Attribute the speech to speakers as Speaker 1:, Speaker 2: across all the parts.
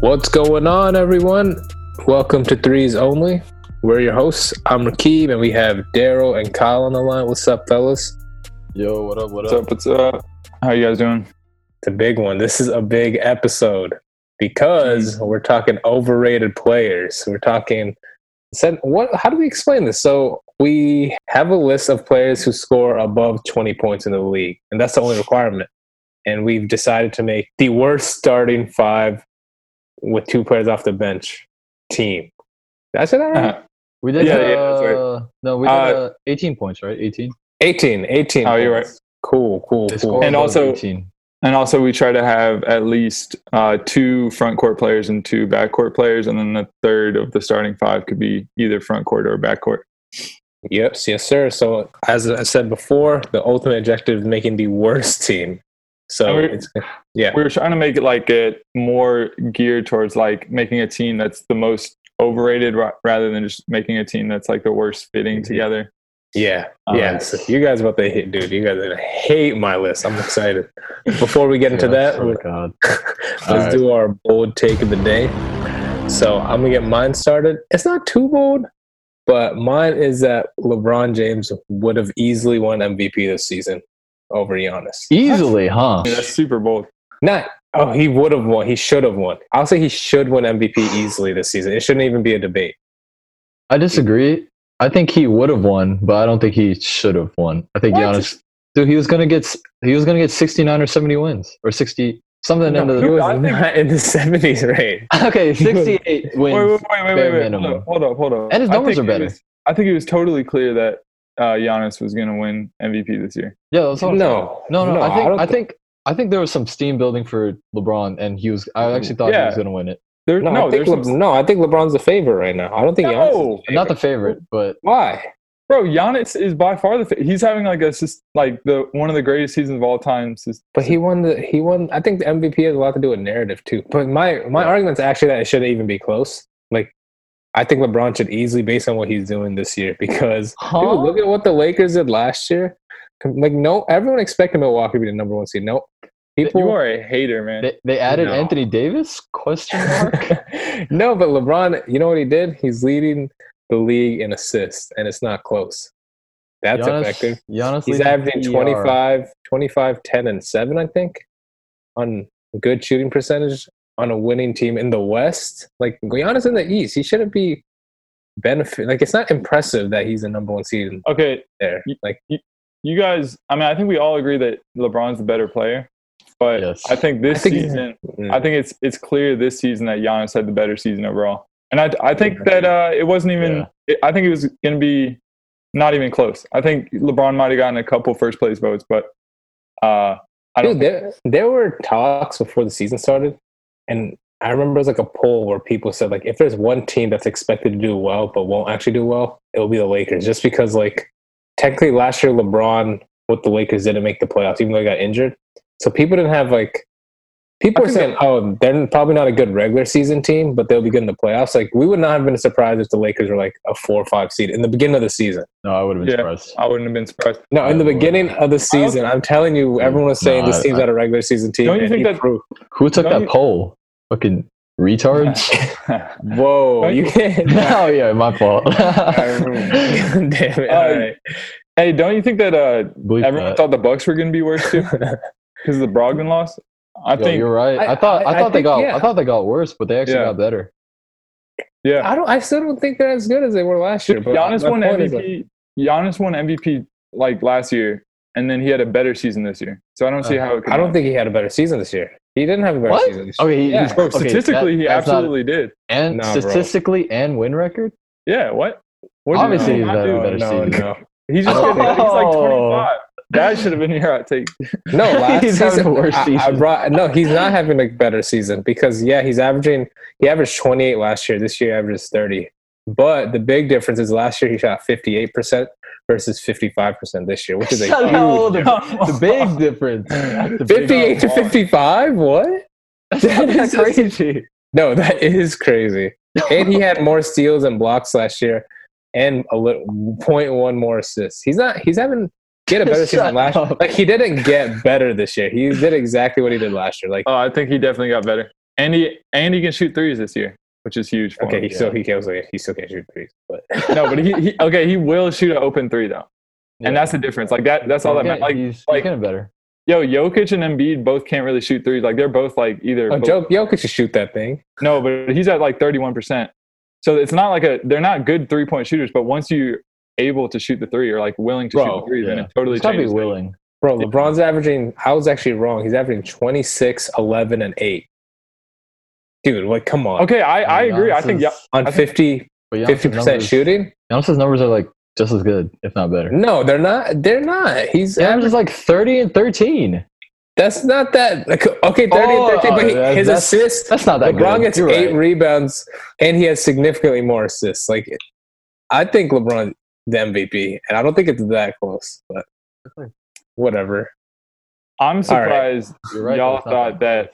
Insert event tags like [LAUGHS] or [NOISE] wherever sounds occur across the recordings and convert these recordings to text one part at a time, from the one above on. Speaker 1: What's going on, everyone? Welcome to Threes Only. We're your hosts. I'm Rakib, and we have Daryl and Kyle on the line. What's up, fellas?
Speaker 2: Yo, what up? What
Speaker 3: What's up? What's up? How you guys doing?
Speaker 1: The big one. This is a big episode because we're talking overrated players. We're talking. Said what? How do we explain this? So we have a list of players who score above 20 points in the league, and that's the only requirement. And we've decided to make the worst starting five with two players off the bench team. Did I say that right?
Speaker 3: Uh,
Speaker 2: We did.
Speaker 3: Yeah,
Speaker 2: uh,
Speaker 3: yeah, that's right.
Speaker 2: No, we did
Speaker 3: Uh,
Speaker 2: uh, 18 points, right? 18.
Speaker 1: 18, 18.
Speaker 3: Oh, you're
Speaker 1: points. Cool, cool,
Speaker 2: They
Speaker 1: cool.
Speaker 2: scored
Speaker 3: And
Speaker 2: those
Speaker 3: also-
Speaker 2: 18.
Speaker 3: And also, we try to have at least uh, two front court players and two back court players, and then the third of the starting five could be either front court or back court.
Speaker 1: Yep, yes, sir. So as I said before, the ultimate objective is making the worst team. So
Speaker 3: And we're-
Speaker 1: it's, yeah,
Speaker 3: We were trying to make it like it more geared towards like making a team that's the most overrated ra- rather than just making a team that's like the worst fitting
Speaker 2: Mm-hmm.
Speaker 3: together.
Speaker 1: yeah,
Speaker 3: Um,
Speaker 1: yeah. So you guys about to hate, dude. You guys are gonna hate my list. I'm excited. Before we get into that,
Speaker 2: Oh,
Speaker 1: we-
Speaker 2: God.
Speaker 1: let's
Speaker 2: All right.
Speaker 1: do our bold take of the day. So I'm gonna get mine started. It's not too bold, but mine is that LeBron James would have easily won MVP this season over Giannis.
Speaker 2: Easily, huh?
Speaker 3: Yeah, that's super bold.
Speaker 1: Not oh, he would have won. He should have won. I'll say he should win MVP easily this season. It shouldn't even be a debate.
Speaker 2: I disagree. I think he would have won, but I don't think he should have won. I think
Speaker 1: What?
Speaker 2: Giannis, dude, he was gonna get s- he was gonna get 69 or 70 wins or 60 something.
Speaker 1: No,
Speaker 2: in
Speaker 1: he
Speaker 3: [LAUGHS]
Speaker 2: the,
Speaker 1: was
Speaker 3: I think-
Speaker 1: not in the [LAUGHS] seventies range.
Speaker 2: okay, [LAUGHS] 68 wins.
Speaker 3: [LAUGHS] Wait, wait, wait, wait,
Speaker 2: bare
Speaker 3: wait, wait. Hold
Speaker 2: minimum.
Speaker 3: up, hold up, hold up.
Speaker 2: And his
Speaker 3: I
Speaker 2: numbers
Speaker 3: think
Speaker 2: are
Speaker 3: it
Speaker 2: better.
Speaker 3: was- I think it was totally clear that uh, Giannis was going to win MVP this year.
Speaker 2: Yeah, that's what I'm saying.
Speaker 1: No,
Speaker 2: No, no, I think
Speaker 1: don't
Speaker 2: I, think I think there was some steam building for LeBron, and he was. I actually thought he
Speaker 3: Yeah.
Speaker 2: was going to win it.
Speaker 3: There,
Speaker 1: no,
Speaker 3: no,
Speaker 1: I think
Speaker 3: there's
Speaker 1: Le-
Speaker 3: some,
Speaker 1: no, I think LeBron's the favorite right now. I don't think Giannis is
Speaker 3: No.
Speaker 1: the
Speaker 2: Not the
Speaker 1: favorite.
Speaker 2: favorite, but
Speaker 1: why.
Speaker 3: bro. Giannis is by far the fa- he's having like a sus- like the one of the greatest seasons of all time. Sus-
Speaker 1: But he won the he won. I think the MVP has a lot to do with narrative too. But my my argument's actually that it shouldn't even be close. Like, I think LeBron should easily, based on what he's doing this year, [LAUGHS] because
Speaker 2: huh?
Speaker 1: Dude, look at what the Lakers did last year. Com- Like, no, everyone expected Milwaukee to be the number one seed. No,
Speaker 3: you
Speaker 1: people.
Speaker 3: are a hater, man.
Speaker 2: they, they added
Speaker 1: No.
Speaker 2: Anthony Davis?
Speaker 1: [LAUGHS]
Speaker 2: Question mark.
Speaker 1: [LAUGHS] no, but LeBron, you know what he did? He's leading the league in assists, and it's not close. That's
Speaker 2: Giannis- E
Speaker 1: effective.
Speaker 2: Giannis
Speaker 1: He's
Speaker 2: leading
Speaker 1: averaging
Speaker 2: PR.
Speaker 1: 25, 25, 10, and 7, I think, on good shooting percentage on a winning team in the West. Like, Giannis in the East, he shouldn't be benefit. Like, it's not impressive that he's the number one seed
Speaker 3: Okay,
Speaker 1: there.
Speaker 3: You-
Speaker 1: Like,
Speaker 3: you guys. I mean, I think we all agree that LeBron's the better player, but
Speaker 2: Yes.
Speaker 3: I think this
Speaker 1: I think-
Speaker 3: season,
Speaker 1: mm.
Speaker 3: I think it's it's clear this season that Giannis had the better season overall, and I I think that uh, it wasn't even. I think it was going to be not even close. I think LeBron might have gotten a couple first place votes, but uh, I don't.
Speaker 1: Dude, there there were talks before the season started, and I remember it was like a poll where people said like if there's one team that's expected to do well but won't actually do well, it'll be the Lakers. Just because like technically last year LeBron with the Lakers didn't make the playoffs, even though he got injured. So people didn't have like people
Speaker 3: I
Speaker 1: were saying,
Speaker 3: think
Speaker 1: Oh, they're probably not a good regular season team, but they'll be good in the playoffs. Like we would not have been surprised if the Lakers were like a four or five seed in the beginning of the season.
Speaker 2: No, I would have been
Speaker 3: Yeah.
Speaker 2: surprised.
Speaker 3: I wouldn't have been surprised. [LAUGHS]
Speaker 1: No, in the
Speaker 2: I would-
Speaker 1: beginning of the season, I'm telling you, everyone was saying
Speaker 2: No,
Speaker 1: this
Speaker 2: I-
Speaker 1: team's
Speaker 2: I-
Speaker 1: not a regular season team.
Speaker 3: Don't you
Speaker 1: and
Speaker 3: think
Speaker 1: he
Speaker 3: that-
Speaker 1: proved
Speaker 2: Who took
Speaker 3: No,
Speaker 2: that
Speaker 3: you-
Speaker 2: poll? Fucking
Speaker 3: [LAUGHS]
Speaker 2: retards.
Speaker 1: Whoa,
Speaker 3: Don't
Speaker 1: you
Speaker 3: you-
Speaker 1: can't. [LAUGHS]
Speaker 2: [LAUGHS] oh yeah, my fault. [LAUGHS]
Speaker 3: [LAUGHS] I
Speaker 1: Damn it.
Speaker 3: Uh,
Speaker 1: All right.
Speaker 3: hey, don't you think that uh,
Speaker 2: Believe
Speaker 3: everyone
Speaker 2: that.
Speaker 3: thought the Bucks were going to be worse [LAUGHS] too because the Brogdon loss? I
Speaker 2: Yo,
Speaker 3: think,
Speaker 2: you're right.
Speaker 1: I-
Speaker 2: I, thought I,
Speaker 1: I- I
Speaker 2: thought they
Speaker 1: think,
Speaker 2: got
Speaker 1: yeah.
Speaker 2: I thought they got worse, but they actually
Speaker 3: Yeah.
Speaker 2: got better.
Speaker 3: yeah.
Speaker 1: I don't. I still don't think they're as good as they were last year. But
Speaker 3: Giannis
Speaker 1: my
Speaker 3: won
Speaker 1: point is that-
Speaker 3: MVP. Giannis won MVP like last year, and then he had a better season this year. So I don't see
Speaker 2: Uh,
Speaker 3: how it. Could
Speaker 1: I don't think he had a better season this year. He didn't have a better
Speaker 2: What? Oh,
Speaker 1: season. This year.
Speaker 2: Okay, he,
Speaker 1: Yeah.
Speaker 2: he's
Speaker 3: Bro,
Speaker 2: okay, that-
Speaker 3: statistically, he
Speaker 2: that's not-
Speaker 3: absolutely did.
Speaker 2: and
Speaker 1: Nah, bro.
Speaker 2: statistically and win record.
Speaker 3: Yeah. What? What did
Speaker 2: Obviously,
Speaker 3: he
Speaker 2: he's
Speaker 3: not
Speaker 2: better-
Speaker 3: do?
Speaker 2: better
Speaker 1: no,
Speaker 2: season.
Speaker 1: no,
Speaker 3: He's just
Speaker 2: Oh.
Speaker 3: getting he's like [LAUGHS] 25. That should have been your hot take.
Speaker 1: no.
Speaker 2: [LAUGHS]
Speaker 1: Last
Speaker 2: He's having
Speaker 1: season,
Speaker 2: a worse
Speaker 1: I- I
Speaker 2: season.
Speaker 1: brought, no, he's not having a better season because yeah, he's averaging. He averaged 28 last year. This year, he averages 30. But the big difference is last year he shot 58 percent versus 55 percent this year, which is a
Speaker 2: [LAUGHS] Shut
Speaker 1: huge
Speaker 2: up, the,
Speaker 3: difference.
Speaker 2: the big
Speaker 3: [LAUGHS]
Speaker 2: difference. The big-
Speaker 1: 58 to
Speaker 3: Wow.
Speaker 1: 55 what That is
Speaker 2: That's
Speaker 1: just-
Speaker 2: crazy.
Speaker 1: no that [LAUGHS] is crazy and he had more steals and blocks last year and a little 0.1 more assists he's not he's having get a
Speaker 2: [LAUGHS]
Speaker 1: better season
Speaker 2: Shut
Speaker 1: last
Speaker 2: up.
Speaker 1: like he didn't get better this year he did exactly what he did last year like
Speaker 3: Oh, I think he definitely got better. and he and he can shoot threes this year, which is huge. For
Speaker 1: Okay,
Speaker 3: him.
Speaker 1: he still he can't he still can't shoot threes, [LAUGHS] but
Speaker 3: [LAUGHS] no, but he, he okay, he will shoot an open three though,
Speaker 2: Yeah.
Speaker 3: and that's the difference. Like that, that's all that
Speaker 2: Yeah,
Speaker 3: matters. Like,
Speaker 2: he's,
Speaker 3: like-
Speaker 2: he's getting better.
Speaker 3: yo, Jokic and Embiid both can't really shoot threes. Like they're both like either.
Speaker 1: oh,
Speaker 3: both-
Speaker 1: Joe Jokic should shoot that thing.
Speaker 3: No, but he's at like thirty-one percent. So it's not like a they're not good three-point shooters, but once you're able to shoot the three or like willing to
Speaker 1: Bro,
Speaker 3: shoot the three, then
Speaker 2: yeah.
Speaker 3: it totally
Speaker 2: He's gotta be
Speaker 3: changes.
Speaker 2: willing.
Speaker 1: Bro, LeBron's averaging, I was actually wrong. He's averaging 26, 11, and 8. Dude, like, come on.
Speaker 3: Okay, I, I agree. I think yeah,
Speaker 2: Giannis's-
Speaker 1: On
Speaker 3: I think-
Speaker 1: 50,
Speaker 2: but Giannis's
Speaker 1: 50%
Speaker 2: numbers-
Speaker 1: shooting?
Speaker 2: Giannis's numbers are like just as good, if not better.
Speaker 1: No, they're not. They're not. He's
Speaker 2: Yeah,
Speaker 1: average-
Speaker 2: averages like thirty and thirteen.
Speaker 1: That's not that. Okay, 30
Speaker 2: Oh,
Speaker 1: and 13, but he-
Speaker 2: that's-
Speaker 1: his
Speaker 2: that's-
Speaker 1: assists.
Speaker 2: That's not that
Speaker 1: LeBron
Speaker 2: good.
Speaker 1: gets
Speaker 2: You're
Speaker 1: eight
Speaker 2: right.
Speaker 1: rebounds, and he has significantly more assists. Like, I think LeBron's the MVP, and I don't think it's that close, but whatever.
Speaker 3: I'm surprised
Speaker 2: You're right,
Speaker 3: y'all
Speaker 2: that's not
Speaker 3: thought that,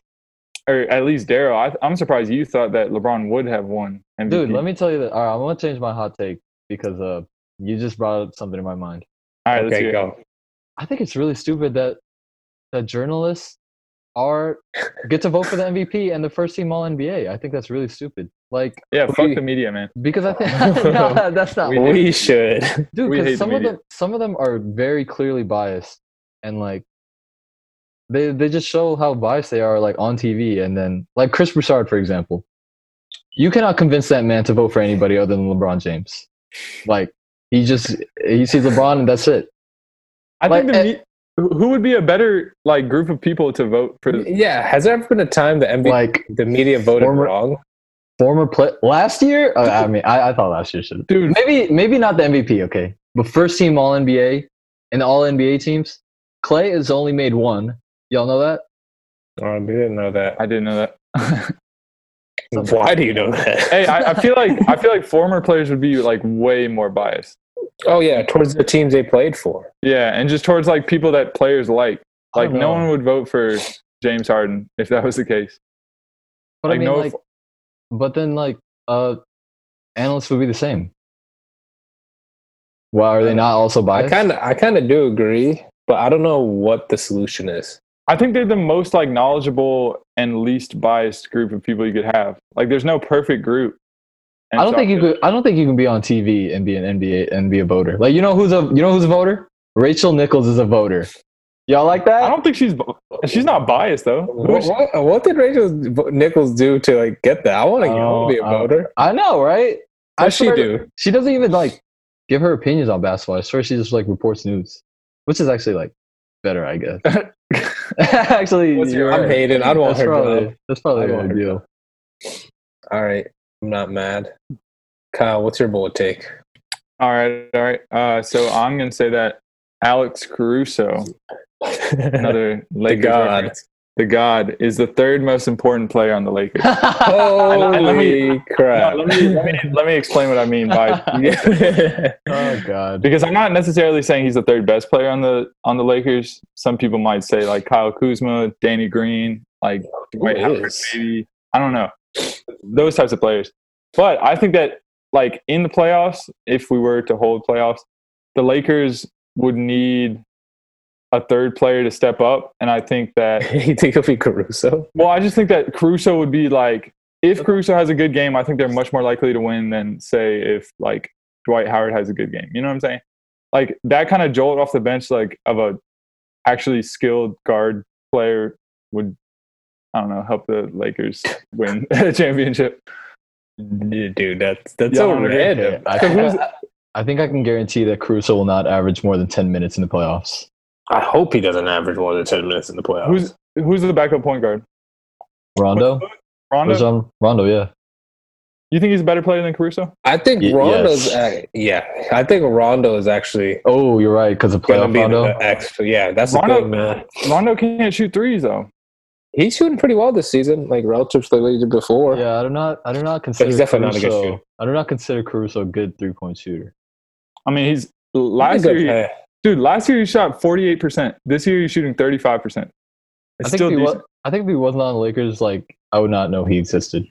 Speaker 3: or at least Daryl. I- I'm surprised you thought that LeBron would have won MVP.
Speaker 2: Dude, let me tell you that. All right, I'm gonna change my hot take because uh, you just brought up something in my mind.
Speaker 3: All right, let's hear
Speaker 1: Okay,
Speaker 3: it.
Speaker 1: go.
Speaker 2: I think it's really stupid that that journalists are get to vote for the MVP and the first team All NBA. I think that's really stupid. Like
Speaker 3: Yeah,
Speaker 1: We-
Speaker 3: fuck the media, man.
Speaker 2: because I think [LAUGHS]
Speaker 3: [LAUGHS]
Speaker 2: no, that's not
Speaker 3: We-
Speaker 1: We should.
Speaker 2: dude.
Speaker 3: we hate
Speaker 2: Because some
Speaker 3: the
Speaker 2: of
Speaker 3: media.
Speaker 2: them some of them are very clearly biased and like they they just show how biased they are like on TV and then like Chris Broussard for example. You cannot convince that man to vote for anybody other than LeBron James. Like he just he sees LeBron and that's it.
Speaker 3: I
Speaker 2: Like, eh
Speaker 3: think the me- who who would be a better like group of people to vote for?
Speaker 1: [LAUGHS] Yeah, has there ever been a time the MVP,
Speaker 2: Like
Speaker 1: the media voted
Speaker 2: Former-
Speaker 1: wrong?
Speaker 2: former play last year. Uh, I mean, I, I thought last year should
Speaker 3: Dude,
Speaker 2: maybe maybe not the MVP. Okay, but first team All NBA and All NBA teams. Clay has only made one. Y'all know that.
Speaker 1: Oh, we didn't know that.
Speaker 3: I didn't know that.
Speaker 1: Why do you know that?
Speaker 3: [LAUGHS] hey, I, I feel like I feel like former players would be like way more biased.
Speaker 1: Oh yeah, towards the teams they played for.
Speaker 3: Yeah, and just towards like people that players like.
Speaker 2: I
Speaker 3: Like
Speaker 2: don't
Speaker 3: no
Speaker 2: know.
Speaker 3: one would vote for James Harden if that was the case.
Speaker 2: But
Speaker 3: like
Speaker 2: I mean,
Speaker 3: no
Speaker 2: like, but then like, uh, analysts would be the same. Why are they not also
Speaker 1: I
Speaker 2: biased?
Speaker 1: kind of, I kind of do agree, but I don't know what the solution is.
Speaker 3: I think they're the most like knowledgeable and least biased group of people you could have. Like there's no perfect group. And
Speaker 2: I don't
Speaker 3: so
Speaker 2: think you could. I don't think you can be on TV and be an NBA and be a voter. Like you know who's a you know who's a voter? Rachel Nichols is a voter. Y'all like that?
Speaker 3: I don't think she's she's not biased though. Who
Speaker 1: What,
Speaker 3: is she?
Speaker 1: what, what did Rachel Nichols do to like get that? I want to
Speaker 2: Oh,
Speaker 1: be a
Speaker 2: I-
Speaker 1: voter.
Speaker 2: I know, right? I
Speaker 1: What she
Speaker 2: swear-
Speaker 1: do?
Speaker 2: She doesn't even like give her opinions on basketball. I swear she just like reports news, which is actually like better,
Speaker 1: [LAUGHS]
Speaker 2: I guess. actually,
Speaker 3: What's your-
Speaker 2: you're
Speaker 1: I'm
Speaker 2: right.
Speaker 1: hating. I don't want
Speaker 2: That's
Speaker 1: her
Speaker 2: probably,
Speaker 1: job.
Speaker 2: that's probably
Speaker 1: I don't
Speaker 2: what
Speaker 1: want
Speaker 2: I
Speaker 1: her
Speaker 2: do.
Speaker 1: All right, I'm not mad. Kyle, what's your bullet take?
Speaker 3: All right, all right. Uh, so I'm gonna say that Alex [LAUGHS] Caruso, another
Speaker 1: the
Speaker 3: Lakers
Speaker 1: God.
Speaker 3: reference, the God, is the third most important player on the Lakers.
Speaker 2: [LAUGHS]
Speaker 1: Holy
Speaker 3: And
Speaker 2: Oh,
Speaker 3: let me-
Speaker 1: crap!
Speaker 3: No, let, me, let me let me explain what I mean by
Speaker 1: [LAUGHS]
Speaker 2: oh god.
Speaker 3: because I'm not necessarily saying he's the third best player on the on the Lakers. Some people might say like Kyle Kuzma, Danny Green, like Dwight
Speaker 1: Who
Speaker 3: Howard,
Speaker 1: is?
Speaker 3: maybe I don't know those types of players. But I think that like in the playoffs, if we were to hold playoffs, the Lakers would need a third player to step up, and I think that
Speaker 1: you think it'll be Caruso?
Speaker 3: well, I just think that Caruso would be like if Caruso has a good game, I think they're much more likely to win than say if like Dwight Howard has a good game. You know what I'm saying? Like that kind of jolt off the bench, like of a actually skilled guard player would, I don't know, help the Lakers win [LAUGHS] a championship.
Speaker 1: Dude, that's that's [LAUGHS]
Speaker 3: Yeah,
Speaker 1: so
Speaker 3: I'm
Speaker 1: random.
Speaker 2: I, think [LAUGHS] I, I think I can guarantee that Caruso will not average more than ten minutes in the playoffs.
Speaker 1: I hope he doesn't average more than ten minutes in the playoffs.
Speaker 3: Who's who's the backup point guard?
Speaker 2: Rondo,
Speaker 3: Rondo.
Speaker 2: Rajon- Rondo, yeah.
Speaker 3: You think he's a better player than Caruso?
Speaker 1: I think
Speaker 2: Y-
Speaker 1: Rondo's.
Speaker 2: yes.
Speaker 1: ac- yeah, I think Rondo is actually
Speaker 2: Oh, you're right because of
Speaker 1: going to
Speaker 2: playoff
Speaker 1: be
Speaker 2: Rondo.
Speaker 1: the extra. Yeah, that's the
Speaker 3: Rondo-
Speaker 1: thing, man.
Speaker 3: Rondo can't shoot threes though.
Speaker 1: He's shooting pretty well this season, like relative to what he did
Speaker 3: uh,
Speaker 1: before.
Speaker 2: Yeah, I do not. I do not consider.
Speaker 1: definitely not a
Speaker 2: Caruso,
Speaker 1: good shooter.
Speaker 2: I do not consider Caruso a good three point shooter.
Speaker 3: I mean, he's
Speaker 1: He's
Speaker 3: last
Speaker 1: a good
Speaker 3: year, he,
Speaker 1: player.
Speaker 3: dude. Last year he shot 48. percent This year he's shooting 35. percent It's
Speaker 2: I think,
Speaker 3: still
Speaker 2: if he
Speaker 3: decent.
Speaker 2: was, I think if he wasn't on the Lakers, like I would not know he existed.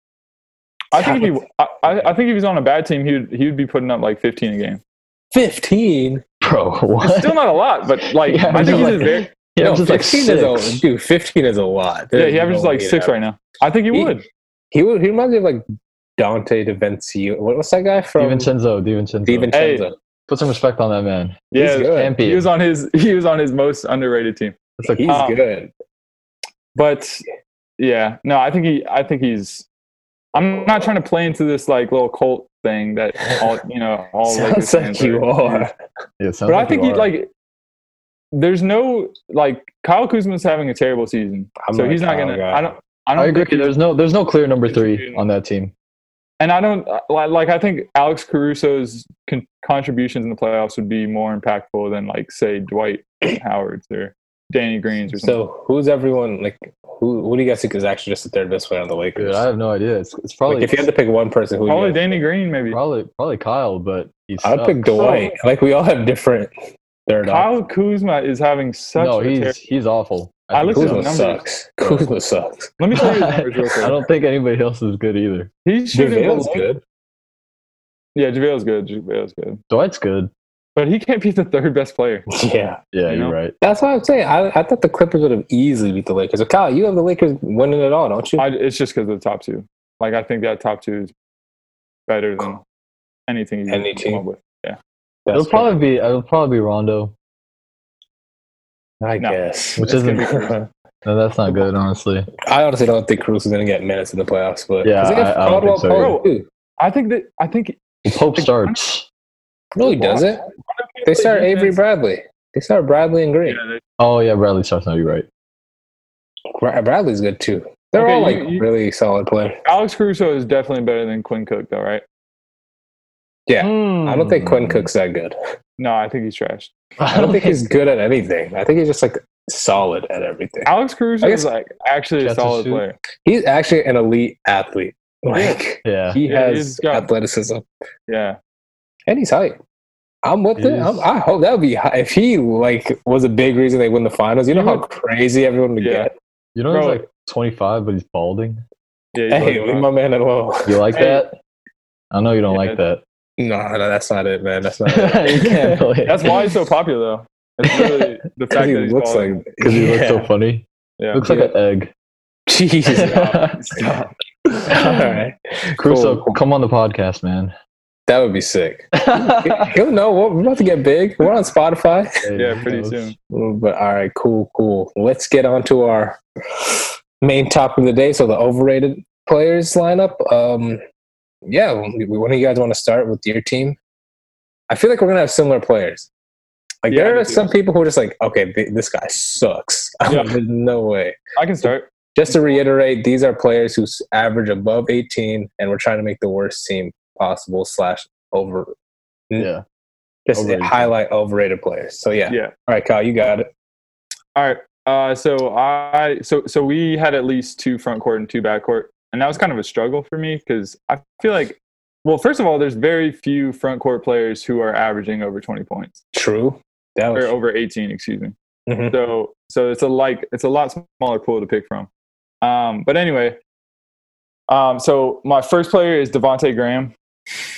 Speaker 2: [LAUGHS]
Speaker 3: I think if he, I, I I think if he's on a bad team, he would he would be putting up like 15 a game.
Speaker 1: fifteen.
Speaker 2: Bro, what? [LAUGHS]
Speaker 3: Still not a lot, but like
Speaker 2: Yeah,
Speaker 3: I
Speaker 2: he's
Speaker 3: think he's
Speaker 2: like-
Speaker 3: a very
Speaker 2: He
Speaker 1: no,
Speaker 2: averages like six.
Speaker 1: fifteen is a dude. Fifteen is a lot.
Speaker 3: Yeah,
Speaker 1: There's
Speaker 3: he averages
Speaker 1: no
Speaker 3: like
Speaker 1: way
Speaker 3: six
Speaker 1: that-
Speaker 3: right now. I think he
Speaker 1: He-
Speaker 3: would.
Speaker 1: He would. He reminds me of like Dante DaVinci. What was that guy from?
Speaker 2: DiVincenzo, DiVincenzo.
Speaker 1: DiVincenzo.
Speaker 3: Hey.
Speaker 2: Put some respect on that man.
Speaker 1: He's
Speaker 3: Yeah,
Speaker 1: good.
Speaker 2: Champion.
Speaker 3: he was on his [LAUGHS] he was on his most underrated team.
Speaker 2: That's like,
Speaker 1: He's
Speaker 3: Um,
Speaker 1: good.
Speaker 3: But yeah, no, I think he I think he's I'm not trying to play into this like little cult thing that all you know all
Speaker 1: [LAUGHS]
Speaker 3: Lakers
Speaker 1: Sounds like
Speaker 3: fans
Speaker 1: you are.
Speaker 2: yeah, sounds
Speaker 3: But I
Speaker 2: like
Speaker 3: think
Speaker 2: you
Speaker 3: he
Speaker 2: are.
Speaker 3: like there's no like Kyle Kuzma's having a terrible season.
Speaker 1: I'm
Speaker 3: so
Speaker 1: not a
Speaker 3: he's not
Speaker 1: Kyle
Speaker 3: gonna
Speaker 1: guy.
Speaker 3: I don't I don't
Speaker 2: I agree.
Speaker 3: think he's-
Speaker 2: There's no there's no clear number three
Speaker 3: Dude.
Speaker 2: on that team.
Speaker 3: and I don't li- like. I think Alex Caruso's con- contributions in the playoffs would be more impactful than like
Speaker 1: [CLEARS THROAT]
Speaker 3: say Dwight Howard's or Danny Green's or something.
Speaker 1: So who's everyone like? Who who do you guys think is actually just the third best player on the Lakers?
Speaker 2: Dude, I have no idea. It's, it's
Speaker 1: like
Speaker 2: probably
Speaker 1: if you had to pick one person, who would
Speaker 3: Probably
Speaker 1: you guys
Speaker 3: Danny Green, maybe.
Speaker 2: probably probably Kyle, but he's
Speaker 1: I'd pick Dwight. Like we all have different third.
Speaker 3: Kyle Kuzma is having such.
Speaker 2: No,
Speaker 3: a
Speaker 2: he's
Speaker 3: ter-
Speaker 2: he's awful.
Speaker 3: I
Speaker 2: think
Speaker 1: Kuzma
Speaker 2: so. [LAUGHS]
Speaker 3: looked at his numbers.
Speaker 1: sucks. Kuzma sucks.
Speaker 3: Let me tell you
Speaker 1: [LAUGHS]
Speaker 3: his numbers real
Speaker 2: I
Speaker 3: quick.
Speaker 2: don't think anybody else is good either.
Speaker 3: He's shooting.
Speaker 1: JaVale's
Speaker 3: below-
Speaker 1: good.
Speaker 3: Yeah, Javale's good. Javale's good,
Speaker 2: Dwight's good.
Speaker 3: but he can't be the third best player.
Speaker 1: Yeah,
Speaker 2: Yeah,
Speaker 3: You
Speaker 2: you
Speaker 3: know?
Speaker 2: are right.
Speaker 1: that's what I'm saying. I, I thought the Clippers would have easily beat the Lakers. But Kyle, you have the Lakers winning it all, don't you?
Speaker 3: I, it's just because of the top two. Like I think that top two is better than anything you
Speaker 1: Any
Speaker 3: can
Speaker 1: team.
Speaker 3: come up with.
Speaker 1: That's
Speaker 2: it'll probably be it'll probably be Rondo.
Speaker 1: I
Speaker 3: No.
Speaker 1: guess.
Speaker 2: Which
Speaker 1: It's gonna
Speaker 2: isn't-
Speaker 1: be- [LAUGHS]
Speaker 2: No, that's not good, honestly.
Speaker 1: I honestly don't think Cruz is going to get minutes in the playoffs, but
Speaker 2: Yeah,
Speaker 1: 'cause they have
Speaker 2: I- I don't think
Speaker 1: Caldwell
Speaker 2: so
Speaker 1: Pope, too.
Speaker 3: I think that I think
Speaker 2: Pope starts.
Speaker 1: No, he doesn't. They start Avery Bradley. They start Bradley and Green.
Speaker 3: Yeah, they-
Speaker 2: Oh yeah, Bradley starts. No, you're right.
Speaker 1: Bra- Bradley's good too. They're
Speaker 3: Okay,
Speaker 1: all like
Speaker 3: you- you-
Speaker 1: really solid players.
Speaker 3: Alex Caruso is definitely better than Quinn Cook, though, right?
Speaker 1: Yeah, I don't think Quinn Cook's that good.
Speaker 3: No, Hmm. I think he's trash.
Speaker 1: I
Speaker 2: Hmm.
Speaker 1: don't think he's good at anything. I think he's just like solid at everything.
Speaker 3: Alex Caruso
Speaker 1: I
Speaker 3: is like actually a
Speaker 2: Catch a
Speaker 3: solid
Speaker 2: shoot.
Speaker 3: player.
Speaker 1: He's actually an elite athlete. Like
Speaker 2: [LAUGHS] Yeah.
Speaker 1: he
Speaker 3: Yeah,
Speaker 1: has
Speaker 3: he's got-
Speaker 1: athleticism
Speaker 3: Yeah,
Speaker 1: and he's hype. I'm with
Speaker 2: He
Speaker 1: it. I'm,
Speaker 2: is.
Speaker 1: I hope that would be high. if he like was a big reason they win the finals. You know
Speaker 3: He
Speaker 1: how
Speaker 3: would-
Speaker 1: crazy everyone would
Speaker 3: Yeah.
Speaker 1: get.
Speaker 2: You know
Speaker 3: Bro.
Speaker 2: he's like 25, but he's balding.
Speaker 3: yeah.
Speaker 1: Hey, leave my man alone.
Speaker 2: You like
Speaker 3: Hey.
Speaker 2: that? I know you don't
Speaker 3: Yeah.
Speaker 1: [LAUGHS]
Speaker 2: like that.
Speaker 1: No, no, that's not it, man. That's not it. [LAUGHS]
Speaker 2: you [LAUGHS] can't. really-
Speaker 3: That's why he's so popular, though. It's really
Speaker 1: [LAUGHS]
Speaker 3: the
Speaker 1: Because
Speaker 3: fact that
Speaker 1: he
Speaker 3: he's
Speaker 1: looks
Speaker 3: bald.
Speaker 1: like
Speaker 2: Because he looks so
Speaker 1: Yeah. [LAUGHS]
Speaker 2: funny.
Speaker 3: yeah.
Speaker 2: looks like an egg. [LAUGHS]
Speaker 1: Jesus. All right.
Speaker 2: Crusoe,
Speaker 1: Cool.
Speaker 2: come on the podcast,
Speaker 3: [LAUGHS]
Speaker 2: man.
Speaker 1: That would be sick. He'll know. We're we're about to get big. We're on Spotify.
Speaker 3: Yeah, pretty soon.
Speaker 1: But all right, cool, cool. Let's get on to our main topic of the day. So the overrated players lineup. Um, yeah, we- we- when do you guys want to start with your team? I feel like we're gonna have similar players. Like
Speaker 3: Yeah,
Speaker 1: there
Speaker 3: me
Speaker 1: are
Speaker 3: too.
Speaker 1: some people who are just like, okay, th- this guy sucks. [LAUGHS]
Speaker 3: Yeah.
Speaker 1: There's no way.
Speaker 3: I can start.
Speaker 1: Just to reiterate, these are players who s- average above 18, and we're trying to make the worst team possible slash over.
Speaker 2: Yeah.
Speaker 1: Just
Speaker 2: Overrated.
Speaker 1: highlight overrated players. So yeah.
Speaker 3: Yeah.
Speaker 1: All right, Kyle, you got it.
Speaker 3: All right. Uh, so I so so we had at least two front court and two back court, and that was kind of a struggle for me because I feel like, well, first of all, there's very few front court players who are averaging over 20 points
Speaker 1: True. That
Speaker 3: or
Speaker 1: was
Speaker 3: over 18, excuse me.
Speaker 1: Mhm.
Speaker 3: So so it's a like it's a lot smaller pool to pick from. Um, but anyway, um, so my first player is Devonte Graham.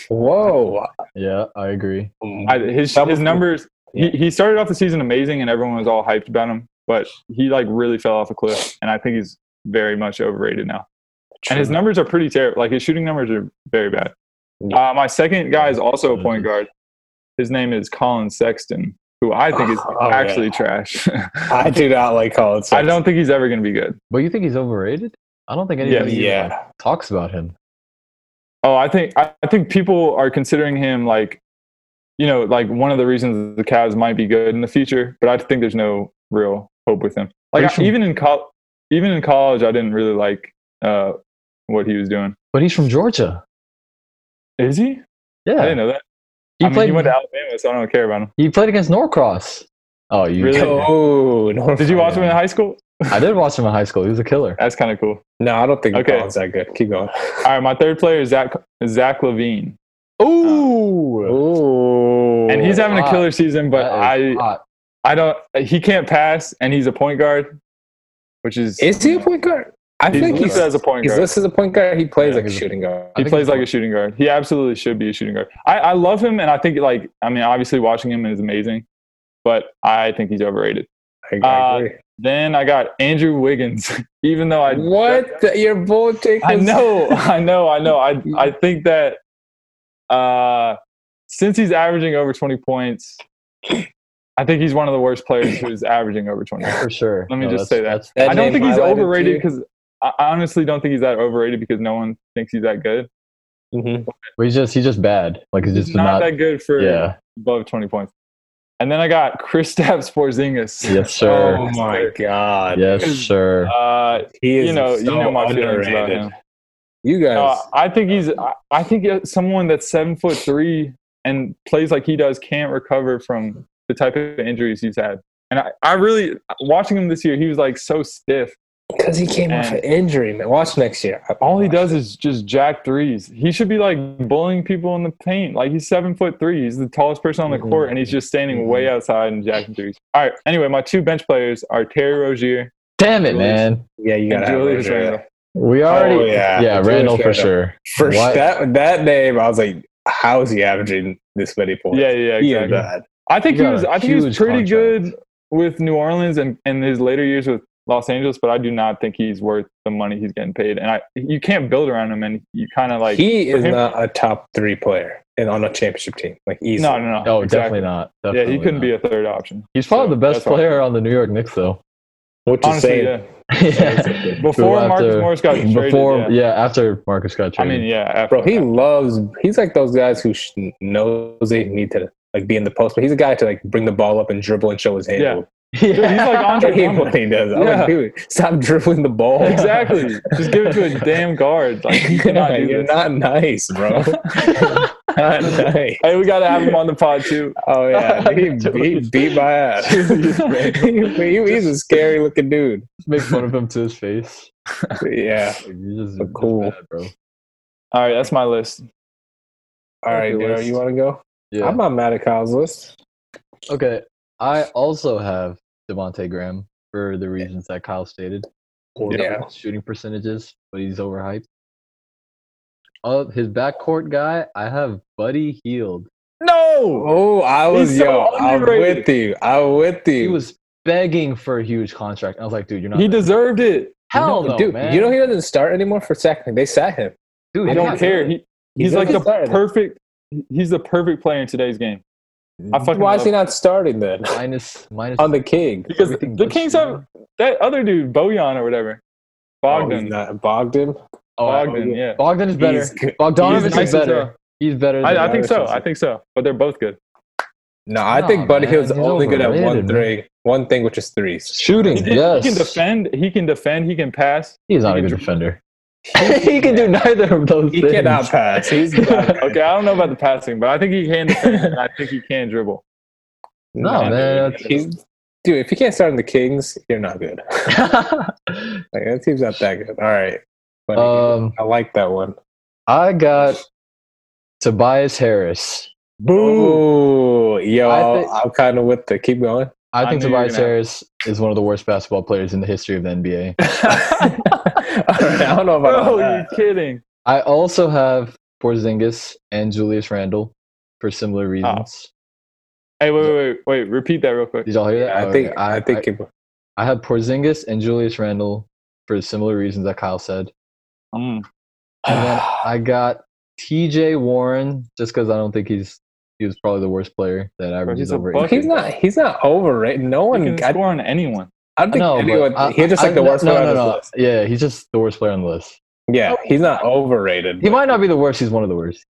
Speaker 1: whoa.
Speaker 2: Yeah, I agree.
Speaker 3: I, his
Speaker 1: Double-
Speaker 3: his numbers. He, he started off the season amazing, and everyone was all hyped about him. But he like really fell off a cliff, and I think he's very much overrated now.
Speaker 1: True.
Speaker 3: and his numbers are pretty terrible. Like his shooting numbers are very bad.
Speaker 1: Yeah.
Speaker 3: Uh, my second guy is also a point guard. His name is Colin Sexton, who I think is
Speaker 1: [LAUGHS] Oh, yeah.
Speaker 3: actually trash. [LAUGHS]
Speaker 1: I do not like Colin.
Speaker 3: I don't think he's ever going to be good.
Speaker 2: But you think he's overrated? I don't think
Speaker 3: Yeah,
Speaker 2: anybody even, like,
Speaker 1: Yeah.
Speaker 2: talks about him.
Speaker 3: Oh, I think I, I think people are considering him like, you know, like one of the reasons the Cavs might be good in the future. But I think there's no real hope with him. Like
Speaker 2: Pretty
Speaker 3: I,
Speaker 2: sure-
Speaker 3: even in col- even in college, I didn't really like uh, what he was doing.
Speaker 2: But he's from Georgia.
Speaker 3: Is he? I
Speaker 2: Yeah.
Speaker 3: didn't know that.
Speaker 2: He
Speaker 3: I mean,
Speaker 2: played
Speaker 3: he went to Alabama, so I don't care about him.
Speaker 2: he played against Norcross. Oh, you
Speaker 3: Really?
Speaker 1: Oh, no.
Speaker 3: Did you watch him in
Speaker 1: Yeah.
Speaker 3: high school?
Speaker 2: I did watch him in high school. He was a
Speaker 3: [LAUGHS]
Speaker 2: killer.
Speaker 3: That's kind of cool.
Speaker 1: No, I don't think
Speaker 3: Okay.
Speaker 1: Colin's that good. Keep going.
Speaker 3: All right, my third player is Zach Zach Levine,
Speaker 2: Ooh.
Speaker 1: Ooh.
Speaker 3: and he's having a
Speaker 2: hot.
Speaker 3: killer season. But I I don't he can't pass, and he's a point guard, which is
Speaker 1: Is he a point guard? I
Speaker 3: He's
Speaker 1: think he's,
Speaker 3: listed as a point
Speaker 1: he's
Speaker 3: guard.
Speaker 1: listed as a point guard. He plays
Speaker 2: Yeah,
Speaker 1: like a
Speaker 2: he's a-
Speaker 1: shooting guard.
Speaker 2: I
Speaker 3: He
Speaker 2: think
Speaker 3: plays
Speaker 2: he's
Speaker 3: like
Speaker 2: a-
Speaker 3: a shooting guard. He absolutely should be a shooting guard. I, I love him, and I think like I mean obviously watching him is amazing, but I think he's overrated.
Speaker 1: I, I
Speaker 3: Uh,
Speaker 1: agree.
Speaker 3: Then I got Andrew Wiggins, [LAUGHS] even though I
Speaker 1: what? You're both taking.
Speaker 3: I know, [LAUGHS] I know, I know. I I
Speaker 1: Mm.
Speaker 3: think that uh, since he's averaging over 20 points, I think he's one of the worst players who's averaging over 20.
Speaker 2: for sure.
Speaker 3: [LAUGHS] Let me
Speaker 2: No, that's-
Speaker 3: just say that.
Speaker 2: that's-
Speaker 1: [LAUGHS] That
Speaker 3: I don't
Speaker 1: name
Speaker 3: think he's
Speaker 1: highlighted to
Speaker 3: overrated
Speaker 1: you?
Speaker 3: because I I honestly don't think he's that overrated because no one thinks he's that good.
Speaker 1: Mhm.
Speaker 3: Oh
Speaker 2: But he's just he's just bad. Like he's
Speaker 3: He's
Speaker 2: just
Speaker 3: not,
Speaker 2: not.
Speaker 3: that good for
Speaker 2: yeah.
Speaker 3: above 20 points. And then I got [LAUGHS] Kristaps Porzingis.
Speaker 2: Yes,
Speaker 3: [LAUGHS]
Speaker 2: sir.
Speaker 1: Oh my god.
Speaker 2: yes,
Speaker 3: because,
Speaker 2: sir.
Speaker 3: Uh,
Speaker 1: He is
Speaker 3: you know, you
Speaker 1: so
Speaker 3: know my feelings about
Speaker 1: underrated.
Speaker 3: him.
Speaker 1: You guys.
Speaker 3: No, Uh, I think he's. I, I think someone that's seven foot three and plays like he does can't recover from the type of injuries he's had. And I, I really watching him this year, he was like so stiff.
Speaker 1: Because he came off
Speaker 3: And-
Speaker 1: an injury, man. Watch next year.
Speaker 3: All he does is just jack threes. He should be like bullying people in the paint. Like he's seven foot three. He's the tallest person on the
Speaker 1: Mhm.
Speaker 3: court, and he's just standing way outside and jacking threes. All right. Anyway, my two bench players are Terry Rozier
Speaker 2: Damn it,
Speaker 3: Julius-
Speaker 2: man.
Speaker 1: Yeah, you
Speaker 3: and
Speaker 1: gotta have
Speaker 3: Julius
Speaker 1: Rozier.
Speaker 3: Randle.
Speaker 2: We already.
Speaker 1: Oh, yeah.
Speaker 2: yeah,
Speaker 1: Julius
Speaker 2: Randall for
Speaker 1: Randle.
Speaker 2: sure.
Speaker 1: For
Speaker 2: What?
Speaker 1: that that name, I was like, how is he averaging this many points?
Speaker 3: Yeah, yeah,
Speaker 1: He is
Speaker 3: exactly.
Speaker 1: bad.
Speaker 3: I think
Speaker 2: He
Speaker 3: he
Speaker 2: got
Speaker 3: was.
Speaker 2: a
Speaker 3: I think he
Speaker 2: huge
Speaker 3: was pretty
Speaker 2: contract.
Speaker 3: good with New Orleans and and his later years with Los Angeles, but I do not think he's worth the money he's getting paid. And I, you can't build around him, and you kind of like
Speaker 1: he
Speaker 3: for
Speaker 1: is
Speaker 3: him-
Speaker 1: not a top three player and on a championship team. Like easily.
Speaker 3: no, no, no.
Speaker 2: Oh,
Speaker 3: exactly.
Speaker 2: definitely not.
Speaker 3: yeah,
Speaker 2: Definitely
Speaker 3: he couldn't
Speaker 2: not.
Speaker 3: be a third option.
Speaker 2: He's probably
Speaker 3: So,
Speaker 2: the best
Speaker 3: that's why.
Speaker 2: player on the New York Knicks, though.
Speaker 1: Which is
Speaker 3: Honestly,
Speaker 1: saying
Speaker 3: yeah.
Speaker 2: [LAUGHS] yeah.
Speaker 3: Before
Speaker 2: After-
Speaker 3: Marcus
Speaker 2: [LAUGHS]
Speaker 3: Morris got traded,
Speaker 2: Before,
Speaker 3: yeah.
Speaker 2: yeah. after Marcus got
Speaker 3: I
Speaker 2: traded.
Speaker 3: mean, yeah, after
Speaker 1: bro, he
Speaker 3: that.
Speaker 1: loves he's like those guys who sh- knows they need to like be in the post, but he's a guy to like bring the ball up and dribble and show his hand.
Speaker 3: Yeah.
Speaker 1: move.
Speaker 3: Dude, he's like
Speaker 1: I
Speaker 2: [LAUGHS]
Speaker 3: Andre
Speaker 1: hate
Speaker 3: Drummond.
Speaker 1: what [LAUGHS] he does. I'm
Speaker 3: Yeah.
Speaker 1: like, dude, stop dribbling the ball. [LAUGHS]
Speaker 2: [LAUGHS]
Speaker 3: exactly. Just give it to a damn guard. Like he cannot do
Speaker 1: You're
Speaker 3: this.
Speaker 1: not nice,
Speaker 3: [LAUGHS]
Speaker 1: bro. not nice.
Speaker 3: Hey, we gotta have him on the pod too.
Speaker 1: Oh [LAUGHS] yeah, he, [LAUGHS] he beat my ass.
Speaker 3: Julius
Speaker 1: he, he's a scary looking dude.
Speaker 2: make fun of him to his face.
Speaker 1: [LAUGHS] Yeah.
Speaker 2: Like, he's just,
Speaker 1: But
Speaker 2: just
Speaker 1: cool.
Speaker 2: bad, bro.
Speaker 3: All right, that's my list.
Speaker 1: All right,
Speaker 2: Your
Speaker 1: Daryl,
Speaker 2: list.
Speaker 1: you want to go?
Speaker 2: Yeah.
Speaker 1: I'm not mad at Kyle's list.
Speaker 2: okay. I also have Devonte Graham for the reasons that Kyle stated. Poor
Speaker 1: Yeah.
Speaker 2: Shooting percentages, but he's overhyped. Uh, his backcourt guy, I have Buddy Healed.
Speaker 3: No.
Speaker 1: Oh, I was
Speaker 3: He's so
Speaker 1: yo. I'm
Speaker 3: underrated.
Speaker 1: with you. I'm with you.
Speaker 2: He was begging for a huge contract. I was like, dude, you're not.
Speaker 3: He deserved it.
Speaker 2: Hell
Speaker 1: No,
Speaker 2: no,
Speaker 1: dude.
Speaker 2: man.
Speaker 1: You know he doesn't start anymore for second. They sat him.
Speaker 2: dude,
Speaker 3: I
Speaker 2: you're
Speaker 3: don't
Speaker 2: not-
Speaker 3: care. He,
Speaker 1: He
Speaker 3: he's like the
Speaker 1: doesn't start him.
Speaker 3: perfect. He's the perfect player in today's game. I fucking
Speaker 1: Why is
Speaker 3: love
Speaker 1: he not starting [LAUGHS] then
Speaker 2: Minus, minus.
Speaker 1: on the King?
Speaker 3: because
Speaker 2: everything
Speaker 3: the
Speaker 2: but
Speaker 3: Kings
Speaker 2: shooting.
Speaker 3: have that other dude Bojan or whatever,
Speaker 1: Oh, he's
Speaker 3: Bogdan.
Speaker 1: not- Bogdan.
Speaker 2: Oh, I-
Speaker 3: Bogdan, yeah.
Speaker 2: Bogdan is better.
Speaker 1: He's good.
Speaker 2: Bogdanovich
Speaker 1: he's
Speaker 2: is
Speaker 1: nice as
Speaker 2: better.
Speaker 3: well.
Speaker 2: He's better. Than
Speaker 3: I, I think so.
Speaker 2: Bogdanovich.
Speaker 3: I think so. But they're both good.
Speaker 1: No, I
Speaker 2: Nah,
Speaker 1: think Buddy
Speaker 2: man,
Speaker 1: Hill's
Speaker 2: he's
Speaker 1: only good at one
Speaker 2: overrated, man.
Speaker 1: thing, one thing, which is threes. [LAUGHS]
Speaker 2: shooting.
Speaker 3: He,
Speaker 2: yes,
Speaker 3: he can defend. He can defend. He can pass.
Speaker 2: He's not a
Speaker 3: He
Speaker 2: good
Speaker 3: can-
Speaker 2: defender. [LAUGHS] he can do neither of those
Speaker 1: He
Speaker 2: things.
Speaker 1: cannot pass. He's [LAUGHS] not,
Speaker 3: Okay, I don't know about the passing, but I think he can defend. and I think he
Speaker 2: [LAUGHS]
Speaker 3: can dribble.
Speaker 2: No, Oh, man, that's-
Speaker 1: He's,
Speaker 3: [LAUGHS]
Speaker 1: dude, if you can't start in the Kings, you're not good. Like, that team's not that good. All right. Buddy
Speaker 3: Uh,
Speaker 1: Hield.
Speaker 2: [LAUGHS] um,
Speaker 1: I like that one.
Speaker 2: I got Tobias Harris.
Speaker 1: Boo! Yo,
Speaker 2: I thi-
Speaker 1: I'm kind of with the. Keep
Speaker 3: [LAUGHS]
Speaker 1: going. [LAUGHS]
Speaker 2: I,
Speaker 3: I
Speaker 2: think
Speaker 3: knew you were
Speaker 2: Tobias
Speaker 3: gonna-
Speaker 2: Harris is one of the worst basketball players in the history of the NBA.
Speaker 1: All right, I don't know about all
Speaker 3: Bro,
Speaker 1: that.
Speaker 3: Oh, you're kidding.
Speaker 2: I also have Porzingis and Julius Randle for similar
Speaker 3: Oh.
Speaker 2: reasons.
Speaker 3: Hey, wait, wait, wait, wait. Repeat that real quick.
Speaker 2: Did y'all hear that?
Speaker 1: Yeah, I
Speaker 2: Okay,
Speaker 1: think. I think. keep-
Speaker 2: Oh, I have Porzingis and Julius Randle for similar reasons that Kyle said.
Speaker 3: Mm.
Speaker 2: And
Speaker 1: [SIGHS]
Speaker 2: then I got TJ Warren just because I don't think he's he was probably the worst player that averages
Speaker 3: he's a
Speaker 2: over
Speaker 3: bucket.
Speaker 2: eight.
Speaker 1: He's not. He's not overrated. No
Speaker 3: He
Speaker 1: one.
Speaker 3: can
Speaker 1: I,
Speaker 3: score on anyone.
Speaker 1: I don't think
Speaker 2: No,
Speaker 1: anyone.
Speaker 2: but I-
Speaker 1: he's just
Speaker 2: I-
Speaker 1: like the
Speaker 2: no,
Speaker 1: worst
Speaker 2: no,
Speaker 1: player
Speaker 2: no,
Speaker 1: on this
Speaker 2: no.
Speaker 1: list.
Speaker 2: Yeah, he's just the worst player on the list.
Speaker 1: Yeah, he's not overrated.
Speaker 2: He
Speaker 1: but-
Speaker 2: might not be the worst. He's one of the worst.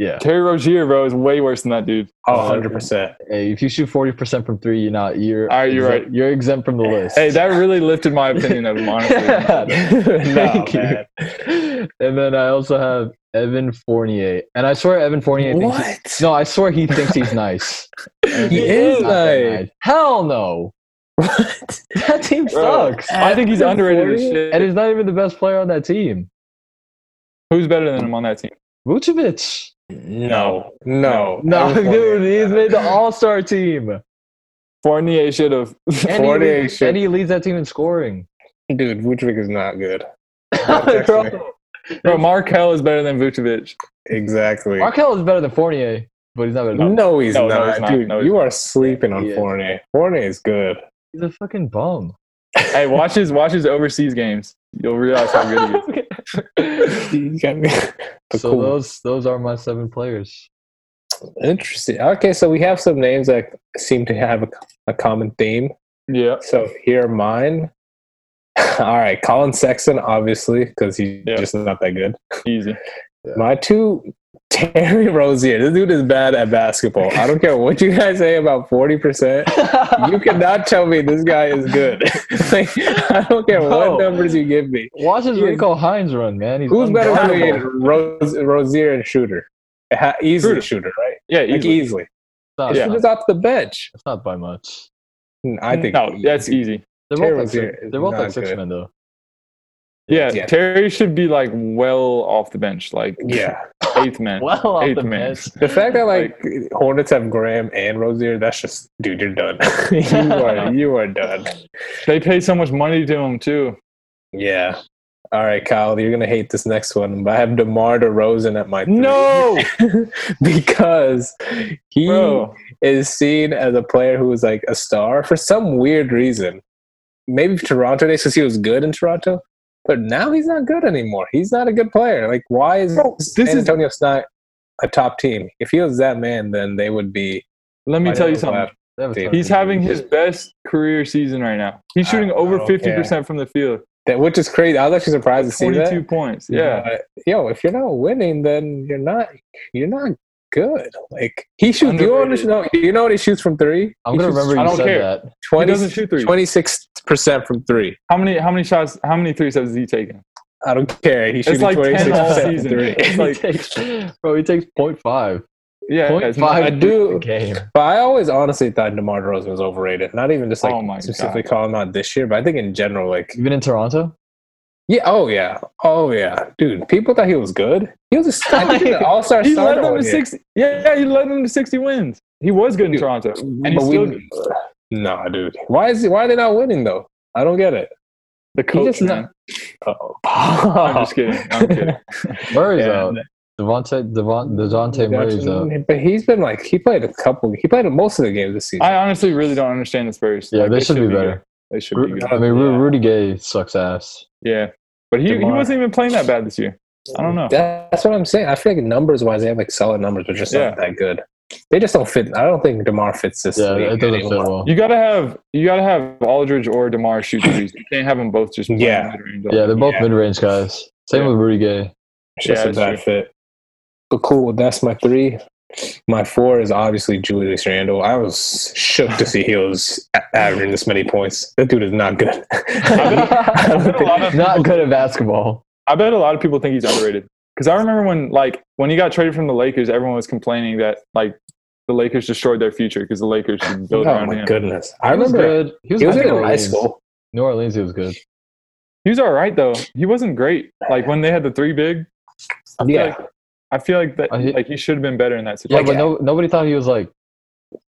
Speaker 2: Yeah.
Speaker 3: Terry Rozier, bro, is way worse than that dude.
Speaker 1: Oh, 100
Speaker 2: [LAUGHS]
Speaker 1: percent.
Speaker 2: Hey, if you shoot forty percent from three, you're not. You're.
Speaker 3: All right, you're
Speaker 2: exempt-
Speaker 3: right.
Speaker 2: You're exempt from the list.
Speaker 3: Hey, that really lifted my opinion of
Speaker 2: [LAUGHS]
Speaker 3: him, honestly.
Speaker 1: [LAUGHS] No,
Speaker 2: Thank you.
Speaker 1: man.
Speaker 2: [LAUGHS] and then I also have Evan Fournier, and I swear Evan Fournier. Thinks he-
Speaker 1: What?
Speaker 2: no, I swear he thinks he's nice.
Speaker 1: He is
Speaker 2: Not that
Speaker 1: nice.
Speaker 2: Hell no.
Speaker 1: [LAUGHS] What?
Speaker 2: That team
Speaker 3: Bro,
Speaker 2: sucks.
Speaker 3: I think he's underrated as
Speaker 1: Fournier?
Speaker 2: And
Speaker 3: shit.
Speaker 2: he's not even the best player on that team.
Speaker 3: Who's better than him on that team?
Speaker 2: Vucevic.
Speaker 1: No, no,
Speaker 2: [LAUGHS] No,
Speaker 1: [LAUGHS] Evan
Speaker 2: dude,
Speaker 1: Fournier.
Speaker 2: he's made the All Star team.
Speaker 3: Fournier should have.
Speaker 2: And he,
Speaker 1: Fournier
Speaker 2: leads,
Speaker 1: should-
Speaker 2: and he leads that team
Speaker 1: [LAUGHS]
Speaker 2: in scoring.
Speaker 1: Dude, Vucevic is not good. actually-
Speaker 2: [LAUGHS] Bro,
Speaker 3: Bro, Markel is better than Vucevic.
Speaker 1: Exactly.
Speaker 2: Markel is better than Fournier, but he's not better than
Speaker 1: No, he's
Speaker 3: No, no,
Speaker 1: not,
Speaker 3: he's not.
Speaker 1: dude.
Speaker 3: No, he's
Speaker 1: you are sleeping on
Speaker 2: Yeah. [LAUGHS]
Speaker 1: Fournier. Fournier is good.
Speaker 2: He's a fucking
Speaker 1: [LAUGHS]
Speaker 2: bum.
Speaker 3: hey, watch his watch his overseas games. You'll realize how good he is.
Speaker 1: You got me. [LAUGHS] But
Speaker 2: so
Speaker 1: cool.
Speaker 2: those those are my
Speaker 1: [LAUGHS]
Speaker 2: seven players.
Speaker 1: Interesting. Okay, so we have some names that seem to have a, a common theme.
Speaker 3: Yeah.
Speaker 1: So here are mine. [LAUGHS] All right, Colin Sexton, obviously, because he's
Speaker 3: [LAUGHS] Yeah.
Speaker 1: just not that good.
Speaker 3: Easy.
Speaker 1: My two, [LAUGHS] Terry Rozier. This dude is bad at basketball. I don't care what you guys say about forty percent. You cannot tell me this guy is good. [LAUGHS] like, I don't care
Speaker 2: Bro.
Speaker 1: what numbers you give me.
Speaker 2: Watch his Rico Hines run, man. He's
Speaker 1: Who's better
Speaker 2: unguardable.
Speaker 1: created, Rose, Rozier and Shooter? Ha- Easily
Speaker 3: Schroeder.
Speaker 1: Shooter, right?
Speaker 3: Yeah,
Speaker 1: Like
Speaker 3: easy.
Speaker 1: easily.
Speaker 2: It's not,
Speaker 3: Yeah.
Speaker 2: it's
Speaker 1: Shooter's
Speaker 2: not-
Speaker 1: off the bench.
Speaker 2: it's not by much.
Speaker 1: I think
Speaker 3: no, that's easy.
Speaker 2: They're both like,
Speaker 1: Terrell's
Speaker 2: six,
Speaker 1: here is
Speaker 2: they're both
Speaker 1: not
Speaker 2: like six
Speaker 1: good.
Speaker 2: men though.
Speaker 3: Yeah,
Speaker 1: Yeah.
Speaker 3: Terry should be like well off the bench, like
Speaker 1: Yeah.
Speaker 3: eighth man.
Speaker 2: Well off
Speaker 3: eighth
Speaker 2: the
Speaker 3: man.
Speaker 2: bench.
Speaker 1: The fact that like, Hornets have Graham and Rozier, that's just dude, you're done. [LAUGHS] you
Speaker 3: [LAUGHS]
Speaker 1: are you are done.
Speaker 3: They pay so much money to him too.
Speaker 1: Yeah. All right, Kyle, you're gonna hate this next one, but I have DeMar DeRozan at my three.
Speaker 3: No,
Speaker 1: [LAUGHS] because he
Speaker 3: bro.
Speaker 1: is seen as a player who is like a star for some weird reason. Maybe Toronto days because he was good in Toronto, but now he's not good anymore. He's not a good player. Like, why is
Speaker 3: Bro, this
Speaker 1: San
Speaker 3: is-
Speaker 1: Antonio's not a top team? If he was that man, then they would be. oh,
Speaker 3: Let me
Speaker 1: I
Speaker 3: tell you
Speaker 1: don't
Speaker 3: something.
Speaker 1: laugh.
Speaker 2: They have a
Speaker 1: Dude,
Speaker 2: ton of
Speaker 3: He's having
Speaker 2: injuries.
Speaker 3: his best career season right now. He's
Speaker 1: I-
Speaker 3: shooting
Speaker 1: I
Speaker 3: over
Speaker 1: don't
Speaker 3: fifty percent from the field.
Speaker 1: That which is crazy. I was actually surprised to see that.
Speaker 3: Twenty-two points. Yeah,
Speaker 1: But, yo, if you're not winning, then you're not you're not good. Like he shoots. Do you, know what he- no, you know what he shoots from three?
Speaker 2: I'm gonna remember you
Speaker 3: I don't
Speaker 2: said
Speaker 3: care.
Speaker 2: that.
Speaker 3: he doesn't shoot threes.
Speaker 1: 26 percent from three.
Speaker 3: How many? How many shots? How many threes has he taken?
Speaker 1: I don't care. He's
Speaker 3: It's
Speaker 1: shooting
Speaker 3: like 10 all
Speaker 1: 26% from
Speaker 3: season.
Speaker 1: three.
Speaker 2: [LAUGHS]
Speaker 3: It's
Speaker 2: he
Speaker 3: like-
Speaker 2: takes, bro, he takes 0.5.
Speaker 3: Yeah, it's not-
Speaker 2: 0.5
Speaker 1: I do-
Speaker 2: a game.
Speaker 1: But I always honestly thought DeMar DeRozan was overrated. Not even just like
Speaker 3: Oh my
Speaker 1: specifically call him out this year, but I think in general, like
Speaker 2: Even in Toronto?
Speaker 1: yeah, oh yeah, oh yeah, dude. People thought he was good. He was a star,
Speaker 3: [LAUGHS]
Speaker 1: all star
Speaker 3: he led
Speaker 1: starter.
Speaker 3: them
Speaker 1: one
Speaker 3: to
Speaker 1: year.
Speaker 3: sixty. Yeah, yeah, he led them to sixty wins. He was good in
Speaker 1: Dude,
Speaker 3: Toronto, and he's
Speaker 1: But
Speaker 3: still
Speaker 1: we, nah, dude. Why is why are they not winning though? I don't get it.
Speaker 3: the coach.
Speaker 1: just not-
Speaker 3: man.
Speaker 1: Oh,
Speaker 3: I'm just kidding.
Speaker 1: [LAUGHS]
Speaker 2: [LAUGHS]
Speaker 3: I'm kidding.
Speaker 2: Murray's
Speaker 1: Yeah.
Speaker 2: out. uh, Devontae, Devon, Dejounte Murray's uh, out.
Speaker 1: But he's been like he played a couple. He played most of the games this season.
Speaker 3: I honestly really don't understand the Spurs.
Speaker 2: Yeah,
Speaker 3: Like,
Speaker 2: they should be better.
Speaker 3: good. They should
Speaker 2: Ru-
Speaker 3: be
Speaker 2: I
Speaker 3: good.
Speaker 2: mean, Ru- Rudy Gay sucks ass.
Speaker 3: Yeah, but he, he
Speaker 1: DeMar.
Speaker 3: wasn't even playing that bad this year. I don't know.
Speaker 1: That- that's what I'm saying. I feel like numbers wise, they have like solid numbers, but just
Speaker 3: Yeah.
Speaker 1: not that good. They just don't fit. I don't think Demar fits this.
Speaker 2: Yeah,
Speaker 1: league
Speaker 2: it doesn't fit
Speaker 1: anymore.
Speaker 2: well.
Speaker 3: You gotta have you gotta have Aldridge or Demar shoot threes. You can't have them both just playing
Speaker 1: Yeah.
Speaker 3: mid-range.
Speaker 2: Yeah, they're both
Speaker 1: Yeah.
Speaker 2: mid-range guys. Same
Speaker 3: Yeah.
Speaker 2: with Rudy
Speaker 3: [LAUGHS]
Speaker 2: Gay.
Speaker 1: It's just
Speaker 3: Yeah,
Speaker 1: a
Speaker 3: it's
Speaker 1: bad
Speaker 3: true.
Speaker 1: fit. But cool, that's my three. My four is obviously Julius Randle. I was shook to see he was a- averaging this many points. That dude is not good. [LAUGHS] I don't
Speaker 3: bet a lot of
Speaker 2: Not good at basketball.
Speaker 3: I bet a lot of people think he's underrated because I remember when like when he got traded from the Lakers, everyone was complaining that like the Lakers destroyed their future because the Lakers should
Speaker 1: [LAUGHS]
Speaker 3: build
Speaker 1: oh
Speaker 3: around
Speaker 1: my
Speaker 3: him.
Speaker 1: goodness! I
Speaker 2: He was
Speaker 1: remember
Speaker 2: good. He was,
Speaker 1: he was
Speaker 2: good
Speaker 1: in
Speaker 2: in New
Speaker 1: high
Speaker 2: Orleans.
Speaker 1: school.
Speaker 2: New Orleans, he was good.
Speaker 3: He was all right though. He wasn't great. Like when they had the three big, I feel
Speaker 1: Yeah. Oh,
Speaker 3: like, I feel like that
Speaker 2: Uh, he-
Speaker 3: like he should have been better in that
Speaker 2: Yeah,
Speaker 3: situation.
Speaker 2: but no, nobody thought he was like.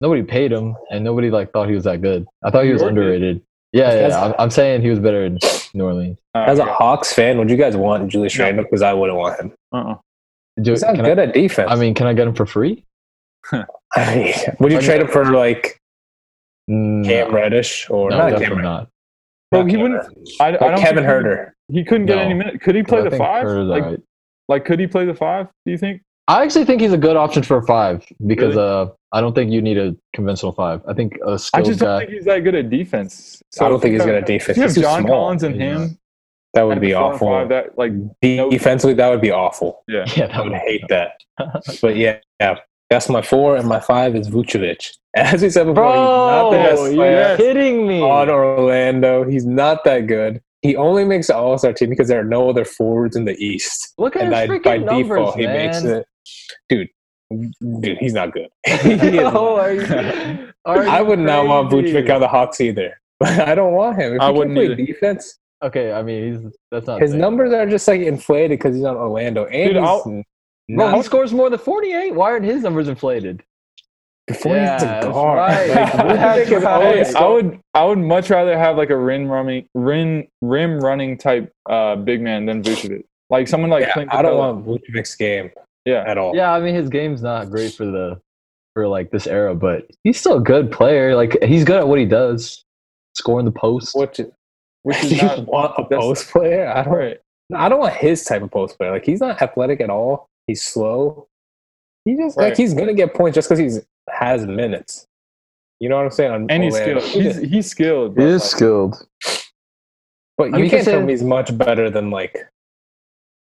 Speaker 2: Nobody paid him, and nobody like thought he was that good. I thought he was
Speaker 3: York did.
Speaker 2: underrated. Yeah, yeah.
Speaker 1: That's-
Speaker 2: yeah. I'm, I'm saying he was better in New Orleans.
Speaker 3: Uh,
Speaker 1: As a
Speaker 3: okay.
Speaker 1: Hawks fan, would you guys want Julius
Speaker 3: No.
Speaker 1: Randle? Because I wouldn't want him.
Speaker 3: Uh-uh.
Speaker 2: Do,
Speaker 1: He's not
Speaker 2: can I,
Speaker 1: good at defense.
Speaker 2: I mean, can I get him for free?
Speaker 1: I mean, [LAUGHS] would you
Speaker 2: I mean-
Speaker 1: trade him for like
Speaker 2: Mm,
Speaker 1: Cam Reddish or
Speaker 2: no,
Speaker 1: not Cam
Speaker 2: definitely
Speaker 1: Reddish?
Speaker 2: not.
Speaker 3: Bro,
Speaker 1: Not
Speaker 3: he
Speaker 1: Cam
Speaker 3: wouldn't.
Speaker 1: Reddish.
Speaker 3: I, I don't
Speaker 1: Like Kevin
Speaker 3: think he-
Speaker 1: Hurter.
Speaker 3: He couldn't get
Speaker 2: No.
Speaker 3: any minutes. Could he play
Speaker 2: I
Speaker 3: the
Speaker 2: think
Speaker 3: five?
Speaker 2: Kerr's
Speaker 3: Like,
Speaker 1: uh,
Speaker 2: alright.
Speaker 3: like, could he play the five? Do you think?
Speaker 2: I actually think he's a good option for a five because
Speaker 3: Really?
Speaker 2: uh, I don't think you need a conventional five. I think a
Speaker 3: I
Speaker 2: skilled
Speaker 3: just don't
Speaker 2: guy.
Speaker 3: think he's that good at defense. So
Speaker 1: I don't think he's good at
Speaker 3: If
Speaker 1: defense.
Speaker 3: you
Speaker 1: He's
Speaker 3: have
Speaker 1: too
Speaker 3: John
Speaker 1: small.
Speaker 3: Collins and
Speaker 2: He's
Speaker 3: him,
Speaker 2: not.
Speaker 1: That would
Speaker 3: at
Speaker 1: be
Speaker 3: the four and
Speaker 1: awful.
Speaker 3: Five, that like no-
Speaker 1: Defensively, that would be awful.
Speaker 2: [LAUGHS] yeah,
Speaker 1: I
Speaker 2: that
Speaker 1: would
Speaker 2: would
Speaker 1: hate that. [LAUGHS] But yeah, yeah, that's my four, and my five is Vucevic. [LAUGHS] As we said before, he's not the best
Speaker 2: you're
Speaker 1: player Oh,
Speaker 2: kidding me.
Speaker 1: on Orlando. He's not that good. He only makes the All Star team because there are no other forwards in the East.
Speaker 2: Look at
Speaker 1: and
Speaker 2: his
Speaker 1: I,
Speaker 2: freaking
Speaker 1: by
Speaker 2: numbers,
Speaker 1: default, he
Speaker 2: man.
Speaker 1: makes it. Dude, dude, he's not good. [LAUGHS] He
Speaker 2: [LAUGHS]
Speaker 1: is
Speaker 3: [LAUGHS]
Speaker 2: Oh,
Speaker 1: not. [LAUGHS]
Speaker 2: are you- are
Speaker 1: I
Speaker 2: you
Speaker 1: would not want
Speaker 2: crazy?
Speaker 1: Vucevic on the Hawks either. [LAUGHS] I don't want him. If
Speaker 3: I
Speaker 1: he
Speaker 3: wouldn't
Speaker 1: can play
Speaker 3: either.
Speaker 1: defense,
Speaker 2: Okay, I mean he's that's not
Speaker 1: his
Speaker 2: fair.
Speaker 1: numbers are just like inflated because he's on Orlando, and
Speaker 3: Dude,
Speaker 1: he's
Speaker 3: I'll-
Speaker 1: n-
Speaker 2: Bro,
Speaker 1: not
Speaker 2: he scores more than forty-eight. Why aren't his numbers inflated?
Speaker 1: before he's
Speaker 2: Yeah,
Speaker 1: a
Speaker 2: that's
Speaker 1: guard.
Speaker 2: [LAUGHS] right.
Speaker 1: Like, Vucevic
Speaker 2: That's
Speaker 1: is
Speaker 2: right.
Speaker 1: always
Speaker 3: Hey, I would I would much rather have like a rim running rim rim running type uh, big man than Vucevic. Like someone like
Speaker 1: Yeah,
Speaker 3: Clint
Speaker 1: I don't
Speaker 3: Capella.
Speaker 1: want Vucevic's game
Speaker 3: Yeah,
Speaker 1: at all.
Speaker 2: Yeah, I mean his game's not great for the for like this era, but he's still a good player. Like he's good at what he does. scoring the post.
Speaker 3: which is-
Speaker 1: [LAUGHS]
Speaker 3: which is
Speaker 1: you
Speaker 3: not
Speaker 1: want a
Speaker 3: that's-
Speaker 1: post player? I don't.
Speaker 3: right.
Speaker 1: I don't want his type of post player. Like he's not athletic at all. He's slow. He just like
Speaker 3: Right.
Speaker 1: he's gonna get points just because he's has minutes. You know what I'm saying? On
Speaker 3: And he's
Speaker 1: Orlando.
Speaker 3: skilled. He's he's skilled.
Speaker 2: He
Speaker 3: bro.
Speaker 2: is
Speaker 3: Like,
Speaker 2: skilled.
Speaker 1: but you
Speaker 2: mean, you
Speaker 1: can't
Speaker 2: can
Speaker 1: tell
Speaker 2: say-
Speaker 1: me he's much better than like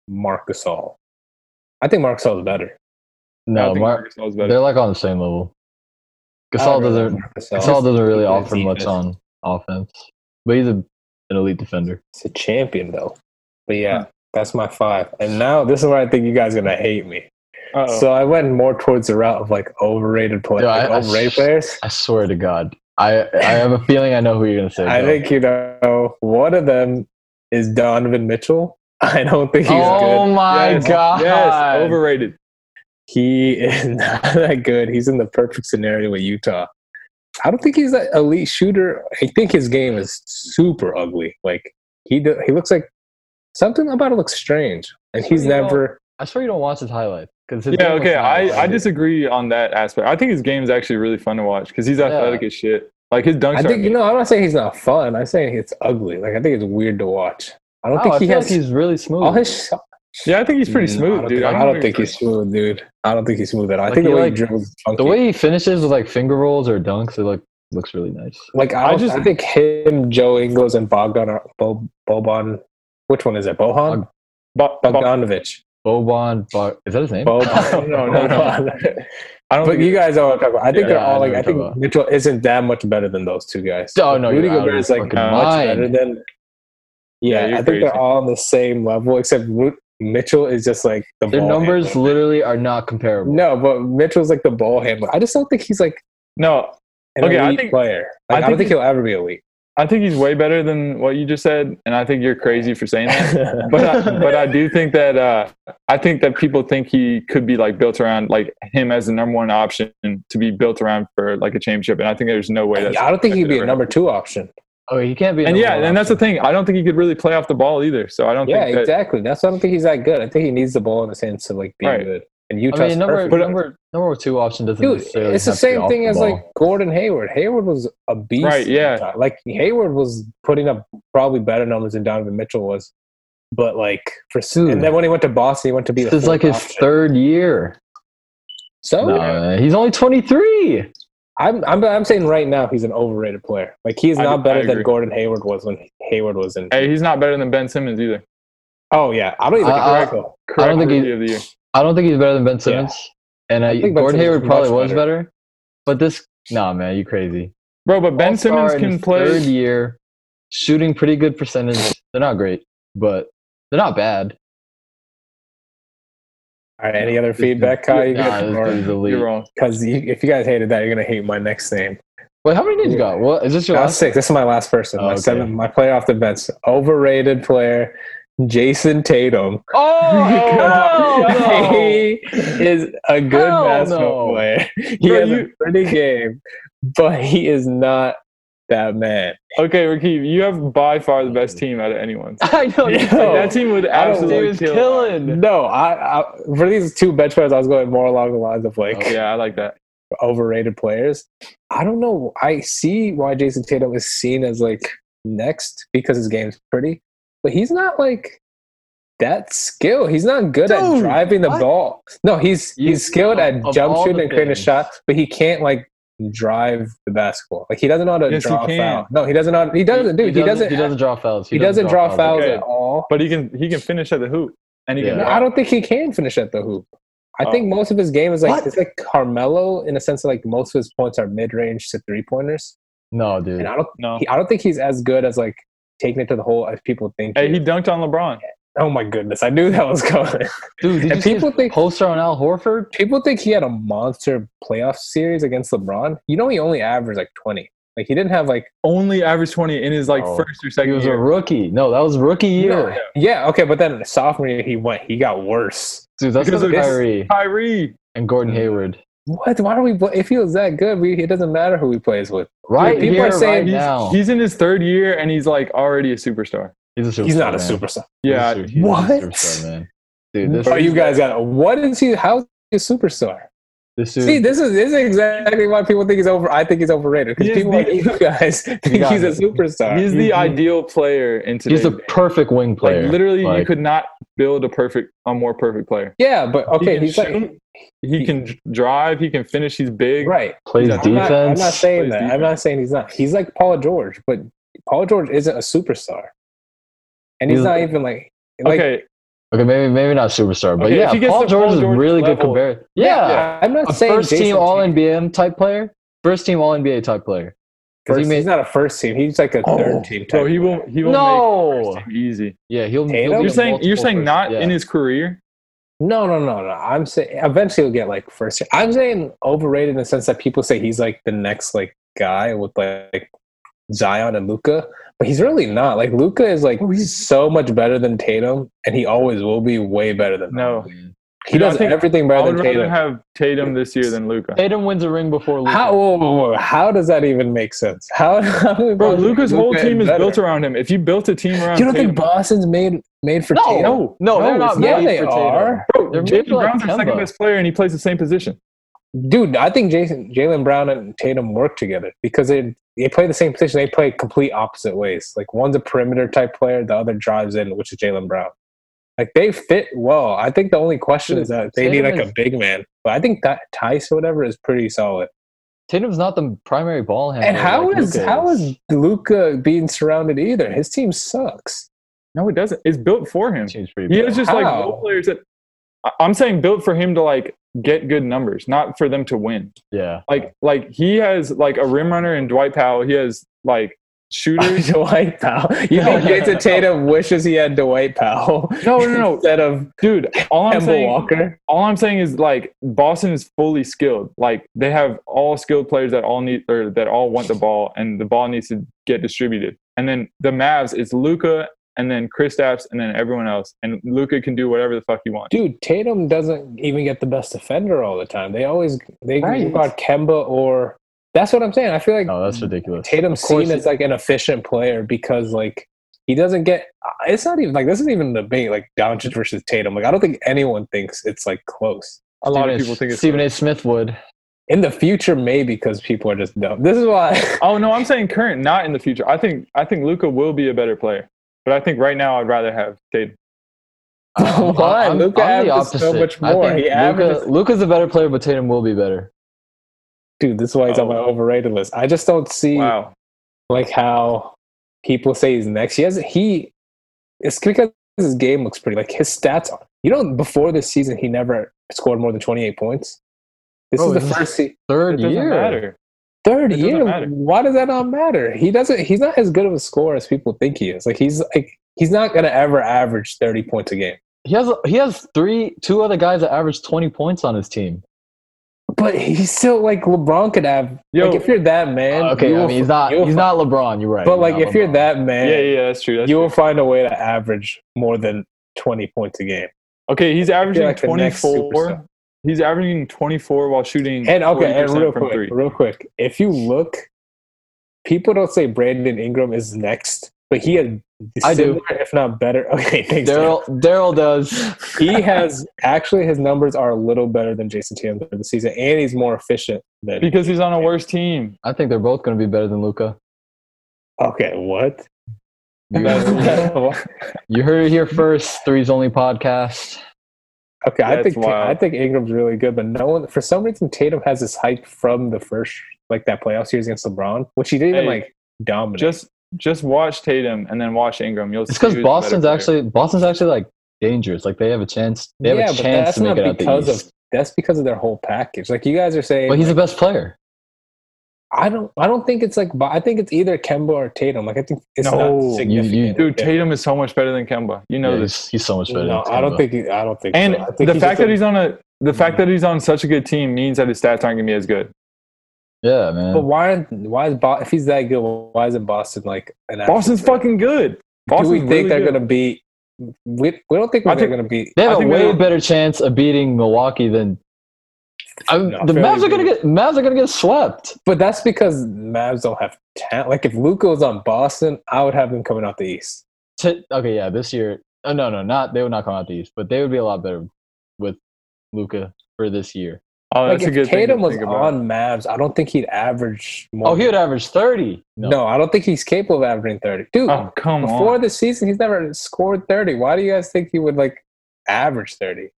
Speaker 1: Marc Gasol. I think Marc Gasol is better.
Speaker 3: I
Speaker 2: No,
Speaker 3: think
Speaker 2: Mar-
Speaker 3: Marc Gasol's better.
Speaker 2: they're like on the same level. Gasol
Speaker 1: I don't
Speaker 2: doesn't.
Speaker 1: know about Marc
Speaker 2: Gasol doesn't
Speaker 1: He's
Speaker 2: really
Speaker 1: good
Speaker 2: offer much
Speaker 1: defense.
Speaker 2: on offense, but he's a, an elite defender.
Speaker 1: It's a champion though. But yeah, that's my five. And now this is where I think you guys are gonna hate me.
Speaker 3: Uh-oh.
Speaker 1: So I went more towards the route of like overrated play,
Speaker 2: Yeah, I-
Speaker 1: like,
Speaker 2: I-
Speaker 1: overrated players.
Speaker 2: I swear to God, I I have a feeling I know who you're gonna say.
Speaker 1: I
Speaker 2: though.
Speaker 1: think you know one of them is Donovan Mitchell. [LAUGHS] I don't think he's
Speaker 2: oh
Speaker 1: good.
Speaker 2: my
Speaker 3: Yes,
Speaker 2: God!
Speaker 3: Yes, overrated.
Speaker 1: He [LAUGHS] is not that good. He's in the perfect scenario with Utah. I don't think he's that elite shooter. I think his game is super ugly. Like he do, he looks like something about it looks strange, and he's
Speaker 2: You know,
Speaker 1: never.
Speaker 2: I swear you don't watch his highlights because
Speaker 3: Yeah, okay. I, I disagree on that aspect. I think his game is actually really fun to watch because he's athletic as shit. Like his dunks
Speaker 1: I think
Speaker 3: are
Speaker 1: you know. I'm not saying he's not fun. I'm saying it's ugly. Like I think it's weird to watch. I don't
Speaker 2: Wow,
Speaker 1: think
Speaker 2: Oh, I
Speaker 1: he
Speaker 2: feel
Speaker 1: has
Speaker 2: like he's really smooth.
Speaker 1: all his
Speaker 3: Yeah, I think he's pretty
Speaker 2: Mm,
Speaker 1: I
Speaker 3: smooth,
Speaker 1: don't
Speaker 3: dude.
Speaker 1: think, I don't think he's smooth, dude. I don't think he's smooth at all.
Speaker 2: Like,
Speaker 1: I think
Speaker 2: he,
Speaker 1: the way
Speaker 2: like-
Speaker 1: he dribbles is funky.
Speaker 2: the way he finishes with like finger rolls or dunks, it like looks really nice.
Speaker 1: like I,
Speaker 3: I
Speaker 1: don't-
Speaker 3: just-
Speaker 1: I think him, Joe Ingles, and Bogdan are Bo, Boban. Which one is it? Bohan
Speaker 3: But,
Speaker 1: Bogdanovich.
Speaker 2: Boban, Bo- is that his
Speaker 1: [LAUGHS]
Speaker 2: name?
Speaker 1: Boban.
Speaker 3: No, no, no.
Speaker 1: Boban.
Speaker 3: I
Speaker 1: But
Speaker 3: don't think
Speaker 1: you guys know what I'm talking about. I think
Speaker 2: Yeah,
Speaker 1: they're
Speaker 2: I know
Speaker 1: all like.
Speaker 2: what
Speaker 1: I
Speaker 2: you're
Speaker 1: think
Speaker 2: talking about.
Speaker 1: Mitchell isn't that much better than those two guys.
Speaker 2: [LAUGHS] Oh, no,
Speaker 1: Rudy
Speaker 2: you're out of
Speaker 1: Gobert
Speaker 2: your
Speaker 1: is like uh,
Speaker 2: fucking
Speaker 1: much
Speaker 2: mind.
Speaker 1: better than.
Speaker 3: Yeah,
Speaker 1: Yeah, I
Speaker 3: you're
Speaker 1: think they're
Speaker 3: crazy.
Speaker 1: all on the same level except Ru- Mitchell is just like the
Speaker 2: Their
Speaker 1: ball
Speaker 2: numbers
Speaker 1: handler.
Speaker 2: literally are not comparable.
Speaker 1: No, but Mitchell's like the ball handler. I just don't think he's like
Speaker 3: no.
Speaker 1: an
Speaker 3: Okay, I
Speaker 1: elite
Speaker 3: think-
Speaker 1: player.
Speaker 3: I
Speaker 1: Like, I, don't think
Speaker 3: think
Speaker 1: he'll ever be elite.
Speaker 3: I think he's way better than what you just said, and I think you're crazy for saying that.
Speaker 1: but
Speaker 3: But I, but I do think that uh, I think that people think he could be like built around like him as the number one option to be built around for like a championship, and I think there's no way that's
Speaker 1: I don't think he'd
Speaker 3: could
Speaker 1: be
Speaker 3: ever
Speaker 1: a number two option.
Speaker 2: Oh, he can't be.
Speaker 3: and
Speaker 2: number
Speaker 3: yeah,
Speaker 2: one
Speaker 3: and that's the
Speaker 2: option.
Speaker 3: thing. I don't think he could really play off the ball either. So I don't
Speaker 1: Yeah,
Speaker 3: think that.
Speaker 1: exactly. That's why I don't think he's that good. I think he needs the ball in the sense to like be
Speaker 3: Right.
Speaker 1: good. And
Speaker 2: I
Speaker 1: Utah's
Speaker 2: mean, number
Speaker 1: perfect.
Speaker 2: number number two option doesn't
Speaker 1: uh, Dude,
Speaker 2: necessarily
Speaker 1: it's the
Speaker 2: have to be
Speaker 1: same
Speaker 2: off
Speaker 1: thing
Speaker 2: the
Speaker 1: as
Speaker 2: ball.
Speaker 1: like Gordon Hayward. Hayward was a beast.
Speaker 3: Right,
Speaker 1: in
Speaker 3: yeah.
Speaker 1: Utah. Like Hayward was putting up probably better numbers than Donovan Mitchell was. But like for
Speaker 2: Dude,
Speaker 1: and then when he went to Boston, he went to be
Speaker 2: this
Speaker 1: the
Speaker 2: is like
Speaker 1: fourth
Speaker 2: his
Speaker 1: option. Oh,
Speaker 2: third year.
Speaker 1: So
Speaker 2: no, man, he's only twenty three.
Speaker 1: I'm, I'm I'm saying right now he's an overrated player. Like he is
Speaker 3: I-
Speaker 1: not
Speaker 3: I
Speaker 1: better than
Speaker 3: agree.
Speaker 1: Gordon Hayward was when Hayward was in.
Speaker 3: Hey, he's not better than Ben Simmons either.
Speaker 1: Oh yeah, I don't even
Speaker 2: I- I-
Speaker 1: think Flacco.
Speaker 2: I
Speaker 3: Correct
Speaker 2: don't think he-
Speaker 3: rookie of the year.
Speaker 2: I don't think he's better than Ben
Speaker 1: Yeah.
Speaker 2: Simmons. And I,
Speaker 1: think Ben
Speaker 2: Gordon
Speaker 1: Simmons
Speaker 2: Hayward
Speaker 1: is
Speaker 2: probably
Speaker 1: much
Speaker 2: was better. But this, nah, man, you crazy.
Speaker 3: Bro, but Ben
Speaker 2: All-star
Speaker 3: Simmons
Speaker 2: in
Speaker 3: can
Speaker 2: his Third
Speaker 3: play.
Speaker 2: year, shooting pretty good percentage. They're not great, but they're not bad.
Speaker 1: All right, any other
Speaker 2: This dude-
Speaker 1: feedback, Kai? You
Speaker 2: Nah,
Speaker 1: got-
Speaker 2: this
Speaker 1: or-
Speaker 2: dude's elite.
Speaker 3: You're wrong.
Speaker 1: Because you, if you guys hated that, you're gonna hate my next name.
Speaker 2: Wait, how many names you got? What is this your
Speaker 1: That's
Speaker 2: last?
Speaker 1: six. This is my last person.
Speaker 2: Oh,
Speaker 1: my
Speaker 2: okay.
Speaker 1: seven. My player off the bench. Overrated player, Jason Tatum.
Speaker 2: [LAUGHS] Oh hell no!
Speaker 3: [LAUGHS]
Speaker 1: [LAUGHS] he is a good
Speaker 2: Hell
Speaker 1: basketball
Speaker 2: no.
Speaker 1: player. [LAUGHS] He
Speaker 3: Bro,
Speaker 1: has
Speaker 3: you-
Speaker 1: a pretty game, but he is not that man.
Speaker 3: Okay, Rakeem, you have by far the best team out of anyone.
Speaker 2: [LAUGHS] I
Speaker 1: Yo.
Speaker 2: know. you
Speaker 3: Like,
Speaker 2: said
Speaker 3: that team would
Speaker 1: I don't-
Speaker 2: That
Speaker 1: He
Speaker 2: dude
Speaker 3: absolutely
Speaker 2: is
Speaker 3: kill.
Speaker 2: killing.
Speaker 1: No, I, I for these two bench players, I was going more along the lines of like
Speaker 3: Oh, yeah, I like that.
Speaker 1: overrated players. I don't know. I see why Jason Tatum is seen as like next because his game's pretty, but he's not like that skill. He's not good at
Speaker 2: Dude,
Speaker 1: driving the
Speaker 2: what?
Speaker 1: ball. No, he's
Speaker 2: You-
Speaker 1: he's skilled at
Speaker 2: of
Speaker 1: jump
Speaker 2: all
Speaker 1: shooting
Speaker 2: the
Speaker 1: and creating a
Speaker 2: things.
Speaker 1: shot, but he can't like drive the basketball. Like he doesn't know how to
Speaker 3: Yes, he
Speaker 1: draw a
Speaker 3: can.
Speaker 1: foul. No, he doesn't know. How he doesn't. Dude, he, doesn't.
Speaker 2: He doesn't draw fouls.
Speaker 1: draw fouls
Speaker 3: Okay.
Speaker 1: at all.
Speaker 3: But he can he can finish at the hoop, and he
Speaker 2: Yeah.
Speaker 3: can.
Speaker 1: No, I don't think he can finish at the hoop. I
Speaker 3: Oh.
Speaker 1: think most of his game is like
Speaker 2: What?
Speaker 1: it's like Carmelo in a sense of like most of his points are mid range to three pointers,
Speaker 2: No, dude.
Speaker 1: and I don't
Speaker 3: No.
Speaker 1: he, I don't think he's as good as like taking it to the hole as people think.
Speaker 3: Hey,
Speaker 1: he
Speaker 3: he
Speaker 1: is.
Speaker 3: dunked on LeBron.
Speaker 1: oh my goodness, I knew that was coming. [LAUGHS]
Speaker 2: Dude, did
Speaker 1: And
Speaker 2: you see
Speaker 1: people
Speaker 2: his
Speaker 1: think-
Speaker 2: poster on Al Horford?
Speaker 1: people think he had a monster playoff series against LeBron. You know, he only averaged like twenty. Like he didn't have like
Speaker 3: Only average twenty in his like
Speaker 2: Oh.
Speaker 3: first or
Speaker 2: He
Speaker 3: second
Speaker 2: was a
Speaker 3: year.
Speaker 2: rookie. No, that was rookie year.
Speaker 1: No, yeah okay, but then sophomore year he went he got worse.
Speaker 2: Dude, that's because
Speaker 3: Because of this-
Speaker 2: Kyrie
Speaker 3: Kyrie.
Speaker 2: and Gordon
Speaker 1: Mm-hmm.
Speaker 2: Hayward.
Speaker 1: What? Why are we? bl- If he was that good, we, it doesn't matter who he plays with.
Speaker 2: Right
Speaker 1: people
Speaker 2: here,
Speaker 1: are saying
Speaker 2: right
Speaker 1: he's-
Speaker 2: now.
Speaker 3: He's in his third year, and he's like already a superstar.
Speaker 2: He's, a superstar.
Speaker 1: He's not a
Speaker 2: man.
Speaker 1: superstar.
Speaker 3: Yeah.
Speaker 2: He's a su- he's a
Speaker 1: What?
Speaker 2: superstar, man. Dude, this
Speaker 1: Oh, you guys got what is he? How is he a superstar?
Speaker 2: This dude,
Speaker 1: See, this is this is exactly why people think he's over. I think he's overrated because
Speaker 3: He is
Speaker 1: people
Speaker 3: the-
Speaker 1: like you
Speaker 2: [LAUGHS]
Speaker 1: guys think
Speaker 2: got
Speaker 1: he's a
Speaker 2: it.
Speaker 1: superstar.
Speaker 3: He's
Speaker 2: He- he-
Speaker 3: the ideal player in today's
Speaker 2: he's the
Speaker 3: game.
Speaker 2: perfect wing player.
Speaker 3: Like literally, you
Speaker 2: Like,
Speaker 3: could not build a perfect, a more perfect player.
Speaker 1: yeah, but okay,
Speaker 3: he can
Speaker 1: he's like
Speaker 3: shoot, he can dr- drive, he can finish. He's big.
Speaker 1: right.
Speaker 2: plays
Speaker 3: I'm not-
Speaker 1: I'm
Speaker 2: defense.
Speaker 1: not, I'm not saying
Speaker 3: Plays
Speaker 1: that. I'm
Speaker 3: defense.
Speaker 1: not saying he's not. He's like Paul George, but Paul George isn't a superstar, and he's
Speaker 2: He's-
Speaker 1: not even like like.
Speaker 3: Okay.
Speaker 2: okay, maybe maybe not superstar, but
Speaker 3: Okay, if
Speaker 2: yeah,
Speaker 3: he gets
Speaker 2: Paul
Speaker 3: to
Speaker 2: George
Speaker 3: Paul
Speaker 2: is a
Speaker 3: George
Speaker 2: really good
Speaker 3: level-
Speaker 2: compare. Yeah,
Speaker 1: I'm not
Speaker 2: a
Speaker 1: saying
Speaker 2: first team
Speaker 1: Jason
Speaker 2: All
Speaker 1: Tatum,
Speaker 2: NBA type player, first team All NBA type player.
Speaker 1: 'cause
Speaker 2: he
Speaker 1: he's
Speaker 2: made-
Speaker 1: not a first team. He's like a
Speaker 3: Oh.
Speaker 1: third team.
Speaker 3: So
Speaker 1: type
Speaker 3: he
Speaker 1: player.
Speaker 3: won't. He won't
Speaker 2: No,
Speaker 3: make easy.
Speaker 2: yeah, he'll.
Speaker 1: Tatum?
Speaker 2: he'll be
Speaker 1: You're
Speaker 2: a
Speaker 3: You're saying you're
Speaker 2: multiple
Speaker 3: saying
Speaker 2: first-
Speaker 3: not
Speaker 2: yeah.
Speaker 3: in his career.
Speaker 1: No, no, no, no. I'm saying eventually he'll get like first. year. I'm saying overrated in the sense that people say he's like the next like guy with like Zion and Luca, but he's really not. Like Luca is like
Speaker 3: Oh,
Speaker 1: he's so much better than Tatum, and he always will be way better than.
Speaker 3: No.
Speaker 1: he
Speaker 3: Dude, I
Speaker 1: does
Speaker 3: think
Speaker 1: everything
Speaker 3: I
Speaker 1: better
Speaker 3: would
Speaker 1: than
Speaker 3: rather
Speaker 1: Tatum.
Speaker 3: have Tatum this year than Luca.
Speaker 2: Tatum wins a ring before Luka.
Speaker 1: How, whoa, whoa, whoa. how does that even make sense? How, [LAUGHS] how
Speaker 3: Bro, Luca's whole team is built
Speaker 1: around.
Speaker 3: around him. If you built a team around
Speaker 1: You don't
Speaker 3: Tatum,
Speaker 1: think Boston's made made for
Speaker 2: No,
Speaker 1: Tatum?
Speaker 3: no,
Speaker 2: No, they're not
Speaker 3: it's
Speaker 1: yeah,
Speaker 2: made
Speaker 1: they
Speaker 2: for Tatum.
Speaker 1: are.
Speaker 3: Bro,
Speaker 2: They're
Speaker 3: Jalen
Speaker 2: made for, like,
Speaker 3: Brown's our second
Speaker 2: Kemba.
Speaker 3: best player, and he plays the same position.
Speaker 1: dude, I think Jason, Jalen Brown, and Tatum work together because they they play the same position. They play complete opposite ways. Like one's a perimeter type player, the other drives in, which is Jalen Brown. Like they fit well. I think the only question is that they need
Speaker 2: Tatum
Speaker 1: like a
Speaker 2: is-
Speaker 1: big man. But I think that Tice or whatever is pretty solid.
Speaker 2: Tatum's not the primary ball handler.
Speaker 1: And how
Speaker 2: like
Speaker 1: is
Speaker 2: Luka
Speaker 1: how is Luca being surrounded either? His team sucks. [LAUGHS]
Speaker 3: No, it doesn't. It's built for him.
Speaker 2: Team's pretty
Speaker 3: He
Speaker 2: bad.
Speaker 3: has just like
Speaker 1: How?
Speaker 3: role players that I- I'm saying built for him to like get good numbers, not for them to win.
Speaker 2: yeah.
Speaker 3: Like, like he has like a rim runner in Dwight Powell. He has [LAUGHS] like shooters.
Speaker 1: Dwight Powell. You
Speaker 2: No,
Speaker 1: think
Speaker 2: no,
Speaker 1: Jason
Speaker 2: no.
Speaker 1: Tatum wishes he had Dwight Powell [LAUGHS]
Speaker 3: No, no, no,
Speaker 1: instead of
Speaker 3: dude. All I'm
Speaker 1: Kemba
Speaker 3: saying,
Speaker 1: Walker?
Speaker 3: all I'm saying is like Boston is fully skilled. Like they have all skilled players that all need or that all want the ball, and the ball needs to get distributed. And then the Mavs, it's Luca, and then Chris and then everyone else. And Luca can do whatever the fuck he wants.
Speaker 1: dude, Tatum doesn't even get the best defender all the time. They always they
Speaker 3: Right.
Speaker 1: got Kemba or that's what I'm saying. I feel like
Speaker 2: No, that's ridiculous.
Speaker 1: Tatum's
Speaker 2: Of course
Speaker 1: seen as like an efficient player because like he doesn't get. It's not even like this isn't even a debate like Doncic versus Tatum. Like I don't think anyone thinks it's like close.
Speaker 3: A lot
Speaker 2: Stephen
Speaker 3: of
Speaker 2: A-
Speaker 3: people think it's
Speaker 2: Stephen A. Smith would.
Speaker 1: In the future, maybe because people are just dumb. This is why. [LAUGHS]
Speaker 3: Oh no, I'm saying current, not in the future. I think I think Luca will be a better player, but I think right now I'd rather have Tatum.
Speaker 1: Come on,
Speaker 2: Uh, I'm-
Speaker 1: Luka
Speaker 2: I'm the
Speaker 1: averages so
Speaker 2: opposite.
Speaker 1: much
Speaker 2: I
Speaker 1: more.
Speaker 2: think
Speaker 1: He
Speaker 2: Luka-
Speaker 1: averages-
Speaker 2: Luka's a better player, but Tatum will be better.
Speaker 1: Dude, this is why he's on my
Speaker 3: Oh.
Speaker 1: overrated list. I just don't see
Speaker 3: Wow,
Speaker 1: like how people say he's next. He has he. It's because his game looks pretty. Like his stats. are- You know, before this season, he never scored more than twenty eight points. This
Speaker 2: Bro,
Speaker 1: is
Speaker 2: it's-
Speaker 1: the first se-
Speaker 3: it
Speaker 2: Third
Speaker 3: doesn't
Speaker 2: year.
Speaker 3: matter.
Speaker 1: third
Speaker 3: Oh, it doesn't
Speaker 1: year.
Speaker 3: matter.
Speaker 1: Why does that not matter? He doesn't. He's not as good of a scorer as people think he is. Like he's like he's not gonna ever average thirty points a game.
Speaker 2: He has he has three two other guys that average twenty points on his team.
Speaker 1: But he's still like LeBron could have.
Speaker 3: Yo, Uh,
Speaker 1: like if you're that man,
Speaker 2: Uh, okay,
Speaker 1: you
Speaker 2: I
Speaker 1: will
Speaker 2: mean he's
Speaker 1: f-
Speaker 2: not
Speaker 1: you will
Speaker 2: he's
Speaker 1: f-
Speaker 2: not LeBron. You're right.
Speaker 1: But
Speaker 2: he's
Speaker 1: like
Speaker 2: not
Speaker 1: if you're
Speaker 2: LeBron.
Speaker 1: that man,
Speaker 3: yeah, yeah, that's true. That's
Speaker 1: you
Speaker 3: true.
Speaker 1: will find a way to average more than twenty points a game.
Speaker 3: Okay, he's averaging
Speaker 1: like the next
Speaker 3: 24.
Speaker 1: superstar.
Speaker 3: He's averaging 24 while shooting.
Speaker 1: And okay, and
Speaker 3: 40%
Speaker 1: real
Speaker 3: from
Speaker 1: quick,
Speaker 3: three.
Speaker 1: real quick. If you look, people don't say Brandon Ingram is next, but he had
Speaker 2: I do.
Speaker 1: similar, if not better. [LAUGHS] Okay, thanks. man.
Speaker 2: Daryl Daryl does.
Speaker 3: [LAUGHS]
Speaker 1: He has actually his numbers are a little better than Jason Tatum for the season, and he's more efficient
Speaker 3: [LAUGHS]
Speaker 1: than.
Speaker 3: because he's on a worse team.
Speaker 2: I think they're both going to be better
Speaker 1: [LAUGHS]
Speaker 2: than Luca.
Speaker 1: Okay, what?
Speaker 2: You,
Speaker 3: That's-
Speaker 1: [LAUGHS] okay,
Speaker 2: you heard it here first. Threes only podcast.
Speaker 1: I
Speaker 3: That's
Speaker 1: think
Speaker 3: wild.
Speaker 1: I think Ingram's really good, but no one for some reason Tatum has this hype from the first like that playoff series against LeBron, which he didn't even
Speaker 3: Hey,
Speaker 1: like dominate.
Speaker 3: Just just watch Tatum and then watch Ingram. You'll
Speaker 2: It's
Speaker 3: see
Speaker 2: because
Speaker 3: who's a better
Speaker 2: Boston's
Speaker 3: player.
Speaker 2: actually Boston's actually like dangerous. Like they have a chance. They have a chance to make it out the
Speaker 1: because
Speaker 2: East.
Speaker 1: of that's because of their whole package. Like you guys are saying,
Speaker 2: But he's the
Speaker 1: like,
Speaker 2: best player.
Speaker 1: I don't, I don't think it's like, Bo- I think it's either Kemba or Tatum. Like I think it's
Speaker 3: No, you-
Speaker 1: not
Speaker 3: you-
Speaker 1: significant.
Speaker 3: Dude, Tatum is so much better than Kemba. You know
Speaker 2: Yeah,
Speaker 3: this.
Speaker 2: he's, he's so much better.
Speaker 1: no,
Speaker 2: than
Speaker 1: I don't
Speaker 2: Kemba.
Speaker 1: think, he- I don't think.
Speaker 3: And
Speaker 1: so. I think
Speaker 3: the
Speaker 1: he's
Speaker 3: fact
Speaker 1: just a-
Speaker 3: that he's on a the fact that he's on such a good team means that his stats aren't gonna be as good.
Speaker 2: Yeah, man.
Speaker 1: but why, aren't- why is Bo- if he's that good, why isn't Boston like an? actual-
Speaker 3: Boston's fucking good.
Speaker 1: Do
Speaker 3: Boston's
Speaker 1: we think
Speaker 3: really
Speaker 1: they're
Speaker 3: good.
Speaker 1: gonna be? We, we don't think
Speaker 3: I
Speaker 1: we're
Speaker 3: think-
Speaker 1: gonna be.
Speaker 2: They
Speaker 3: I
Speaker 2: have a
Speaker 3: think
Speaker 2: way
Speaker 3: they-
Speaker 2: better chance of beating Milwaukee than I,
Speaker 1: No,
Speaker 2: the
Speaker 1: fairly
Speaker 2: Mavs are gonna
Speaker 1: beat.
Speaker 2: get Mavs are gonna get swept.
Speaker 1: But that's because Mavs don't have talent. Like if Luka was on Boston, I would have him coming out the East.
Speaker 2: T- okay, yeah, this year. Oh, no, no, not they would not come out the East, but they would be a lot better with Luca for this year.
Speaker 3: Oh,
Speaker 1: Like
Speaker 3: that's a
Speaker 1: if
Speaker 3: good thing to
Speaker 1: Tatum was
Speaker 3: think about.
Speaker 1: on Mavs, I don't think he'd average more.
Speaker 2: Oh, he would average thirty.
Speaker 1: no. I don't think he's capable of averaging thirty. Dude,
Speaker 3: Oh, come
Speaker 1: before
Speaker 3: on.
Speaker 1: the season, he's never scored thirty. Why do you guys think he would like average thirty?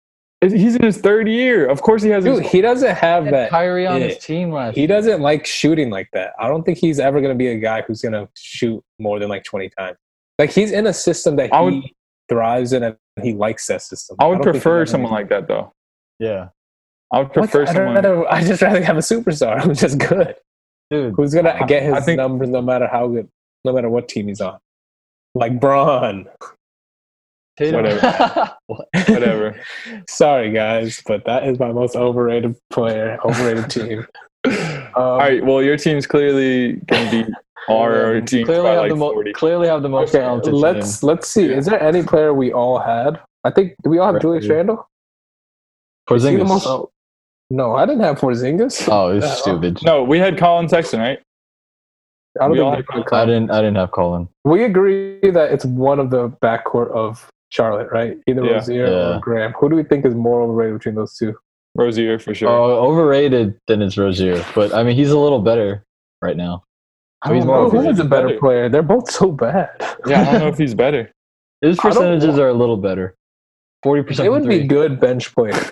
Speaker 3: He's in his third year. Of course he has.
Speaker 1: Dude,
Speaker 3: His,
Speaker 1: he doesn't have
Speaker 2: He had
Speaker 1: that.
Speaker 2: Kyrie on
Speaker 1: Yeah.
Speaker 2: his team last.
Speaker 1: He
Speaker 2: year.
Speaker 1: doesn't like shooting like that. I don't think he's ever going to be a guy who's going to shoot more than like twenty times. Like he's in a system that
Speaker 3: I would-
Speaker 1: he thrives in, and he likes that system.
Speaker 3: I would
Speaker 1: don't think he's
Speaker 3: prefer
Speaker 1: ever-
Speaker 3: someone like that though.
Speaker 2: Yeah,
Speaker 3: I would
Speaker 1: What the-
Speaker 3: prefer
Speaker 1: I don't
Speaker 3: someone.
Speaker 1: know. [LAUGHS] I just rather have a superstar [LAUGHS] who's just good.
Speaker 2: dude.
Speaker 1: who's gonna
Speaker 3: I-
Speaker 1: get
Speaker 3: I
Speaker 1: his
Speaker 3: think-
Speaker 1: numbers no matter how good, no matter what team he's on. Like Braun.
Speaker 2: Tatum. [LAUGHS] Um,
Speaker 3: Whatever.
Speaker 1: [LAUGHS]
Speaker 3: Whatever.
Speaker 1: Sorry guys, but that is my most overrated player, overrated team. Um,
Speaker 3: All right. Well, your team's clearly
Speaker 1: [LAUGHS]
Speaker 3: gonna be our team
Speaker 2: clearly
Speaker 3: by
Speaker 2: have
Speaker 3: like
Speaker 2: the mo-
Speaker 3: forty.
Speaker 2: clearly have the most
Speaker 1: okay,
Speaker 2: talented.
Speaker 1: let's let's see. Is there any player we all had? I think do we all have Julius Randle?
Speaker 2: team.
Speaker 1: Is he the
Speaker 2: Porzingis.
Speaker 1: most- oh, no, I didn't have Porzingis.
Speaker 2: Oh, it's
Speaker 1: Uh,
Speaker 2: stupid.
Speaker 3: No, we had Colin Sexton, right?
Speaker 1: I don't
Speaker 3: we all
Speaker 1: think we,
Speaker 3: have-
Speaker 2: I
Speaker 1: could
Speaker 2: didn't. I didn't have Colin.
Speaker 1: we agree that it's one of the backcourt of Charlotte, right? Either
Speaker 3: Yeah.
Speaker 1: Rozier
Speaker 2: Yeah.
Speaker 1: or Graham. Who do we think is more overrated between those two?
Speaker 3: Rozier for sure.
Speaker 2: Oh, overrated than it's Rozier, but I mean he's a little better right now.
Speaker 1: I
Speaker 2: I mean,
Speaker 1: don't
Speaker 2: he's more
Speaker 1: know who
Speaker 2: overrated.
Speaker 1: is a better player. They're both so bad.
Speaker 2: [LAUGHS]
Speaker 3: yeah, I don't know if he's better.
Speaker 2: His
Speaker 1: I don't-
Speaker 2: percentages are a little better. Forty percent.
Speaker 1: They would be good bench players.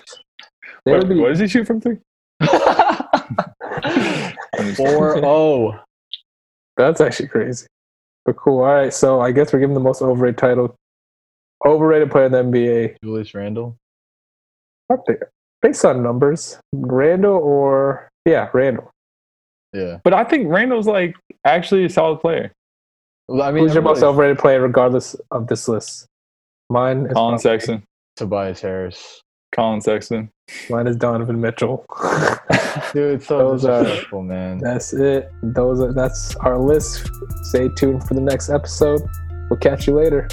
Speaker 1: They
Speaker 3: What,
Speaker 1: would be
Speaker 3: what does he shoot from three?
Speaker 2: [LAUGHS]
Speaker 3: I'm
Speaker 1: [LAUGHS]
Speaker 3: just-
Speaker 2: Four oh. zero.
Speaker 1: that's actually crazy. But cool. All right, so I guess we're giving the most overrated title. Overrated player in the NBA.
Speaker 2: Julius Randle.
Speaker 1: Up there. Based on numbers. Randall or yeah, Randall.
Speaker 2: Yeah.
Speaker 3: But I think Randall's like actually a solid player.
Speaker 2: Well, I mean,
Speaker 1: Who's your most
Speaker 2: everybody's-
Speaker 1: overrated player regardless of this list? Mine is
Speaker 3: Colin Sexton.
Speaker 2: Tobias Harris.
Speaker 3: Colin Sexton.
Speaker 1: mine is Donovan
Speaker 2: [LAUGHS]
Speaker 1: Mitchell.
Speaker 2: Dude, it's so
Speaker 1: Those are-
Speaker 2: disrespectful, man.
Speaker 1: that's it. Those are that's our list. Stay tuned for the next episode. We'll catch you later.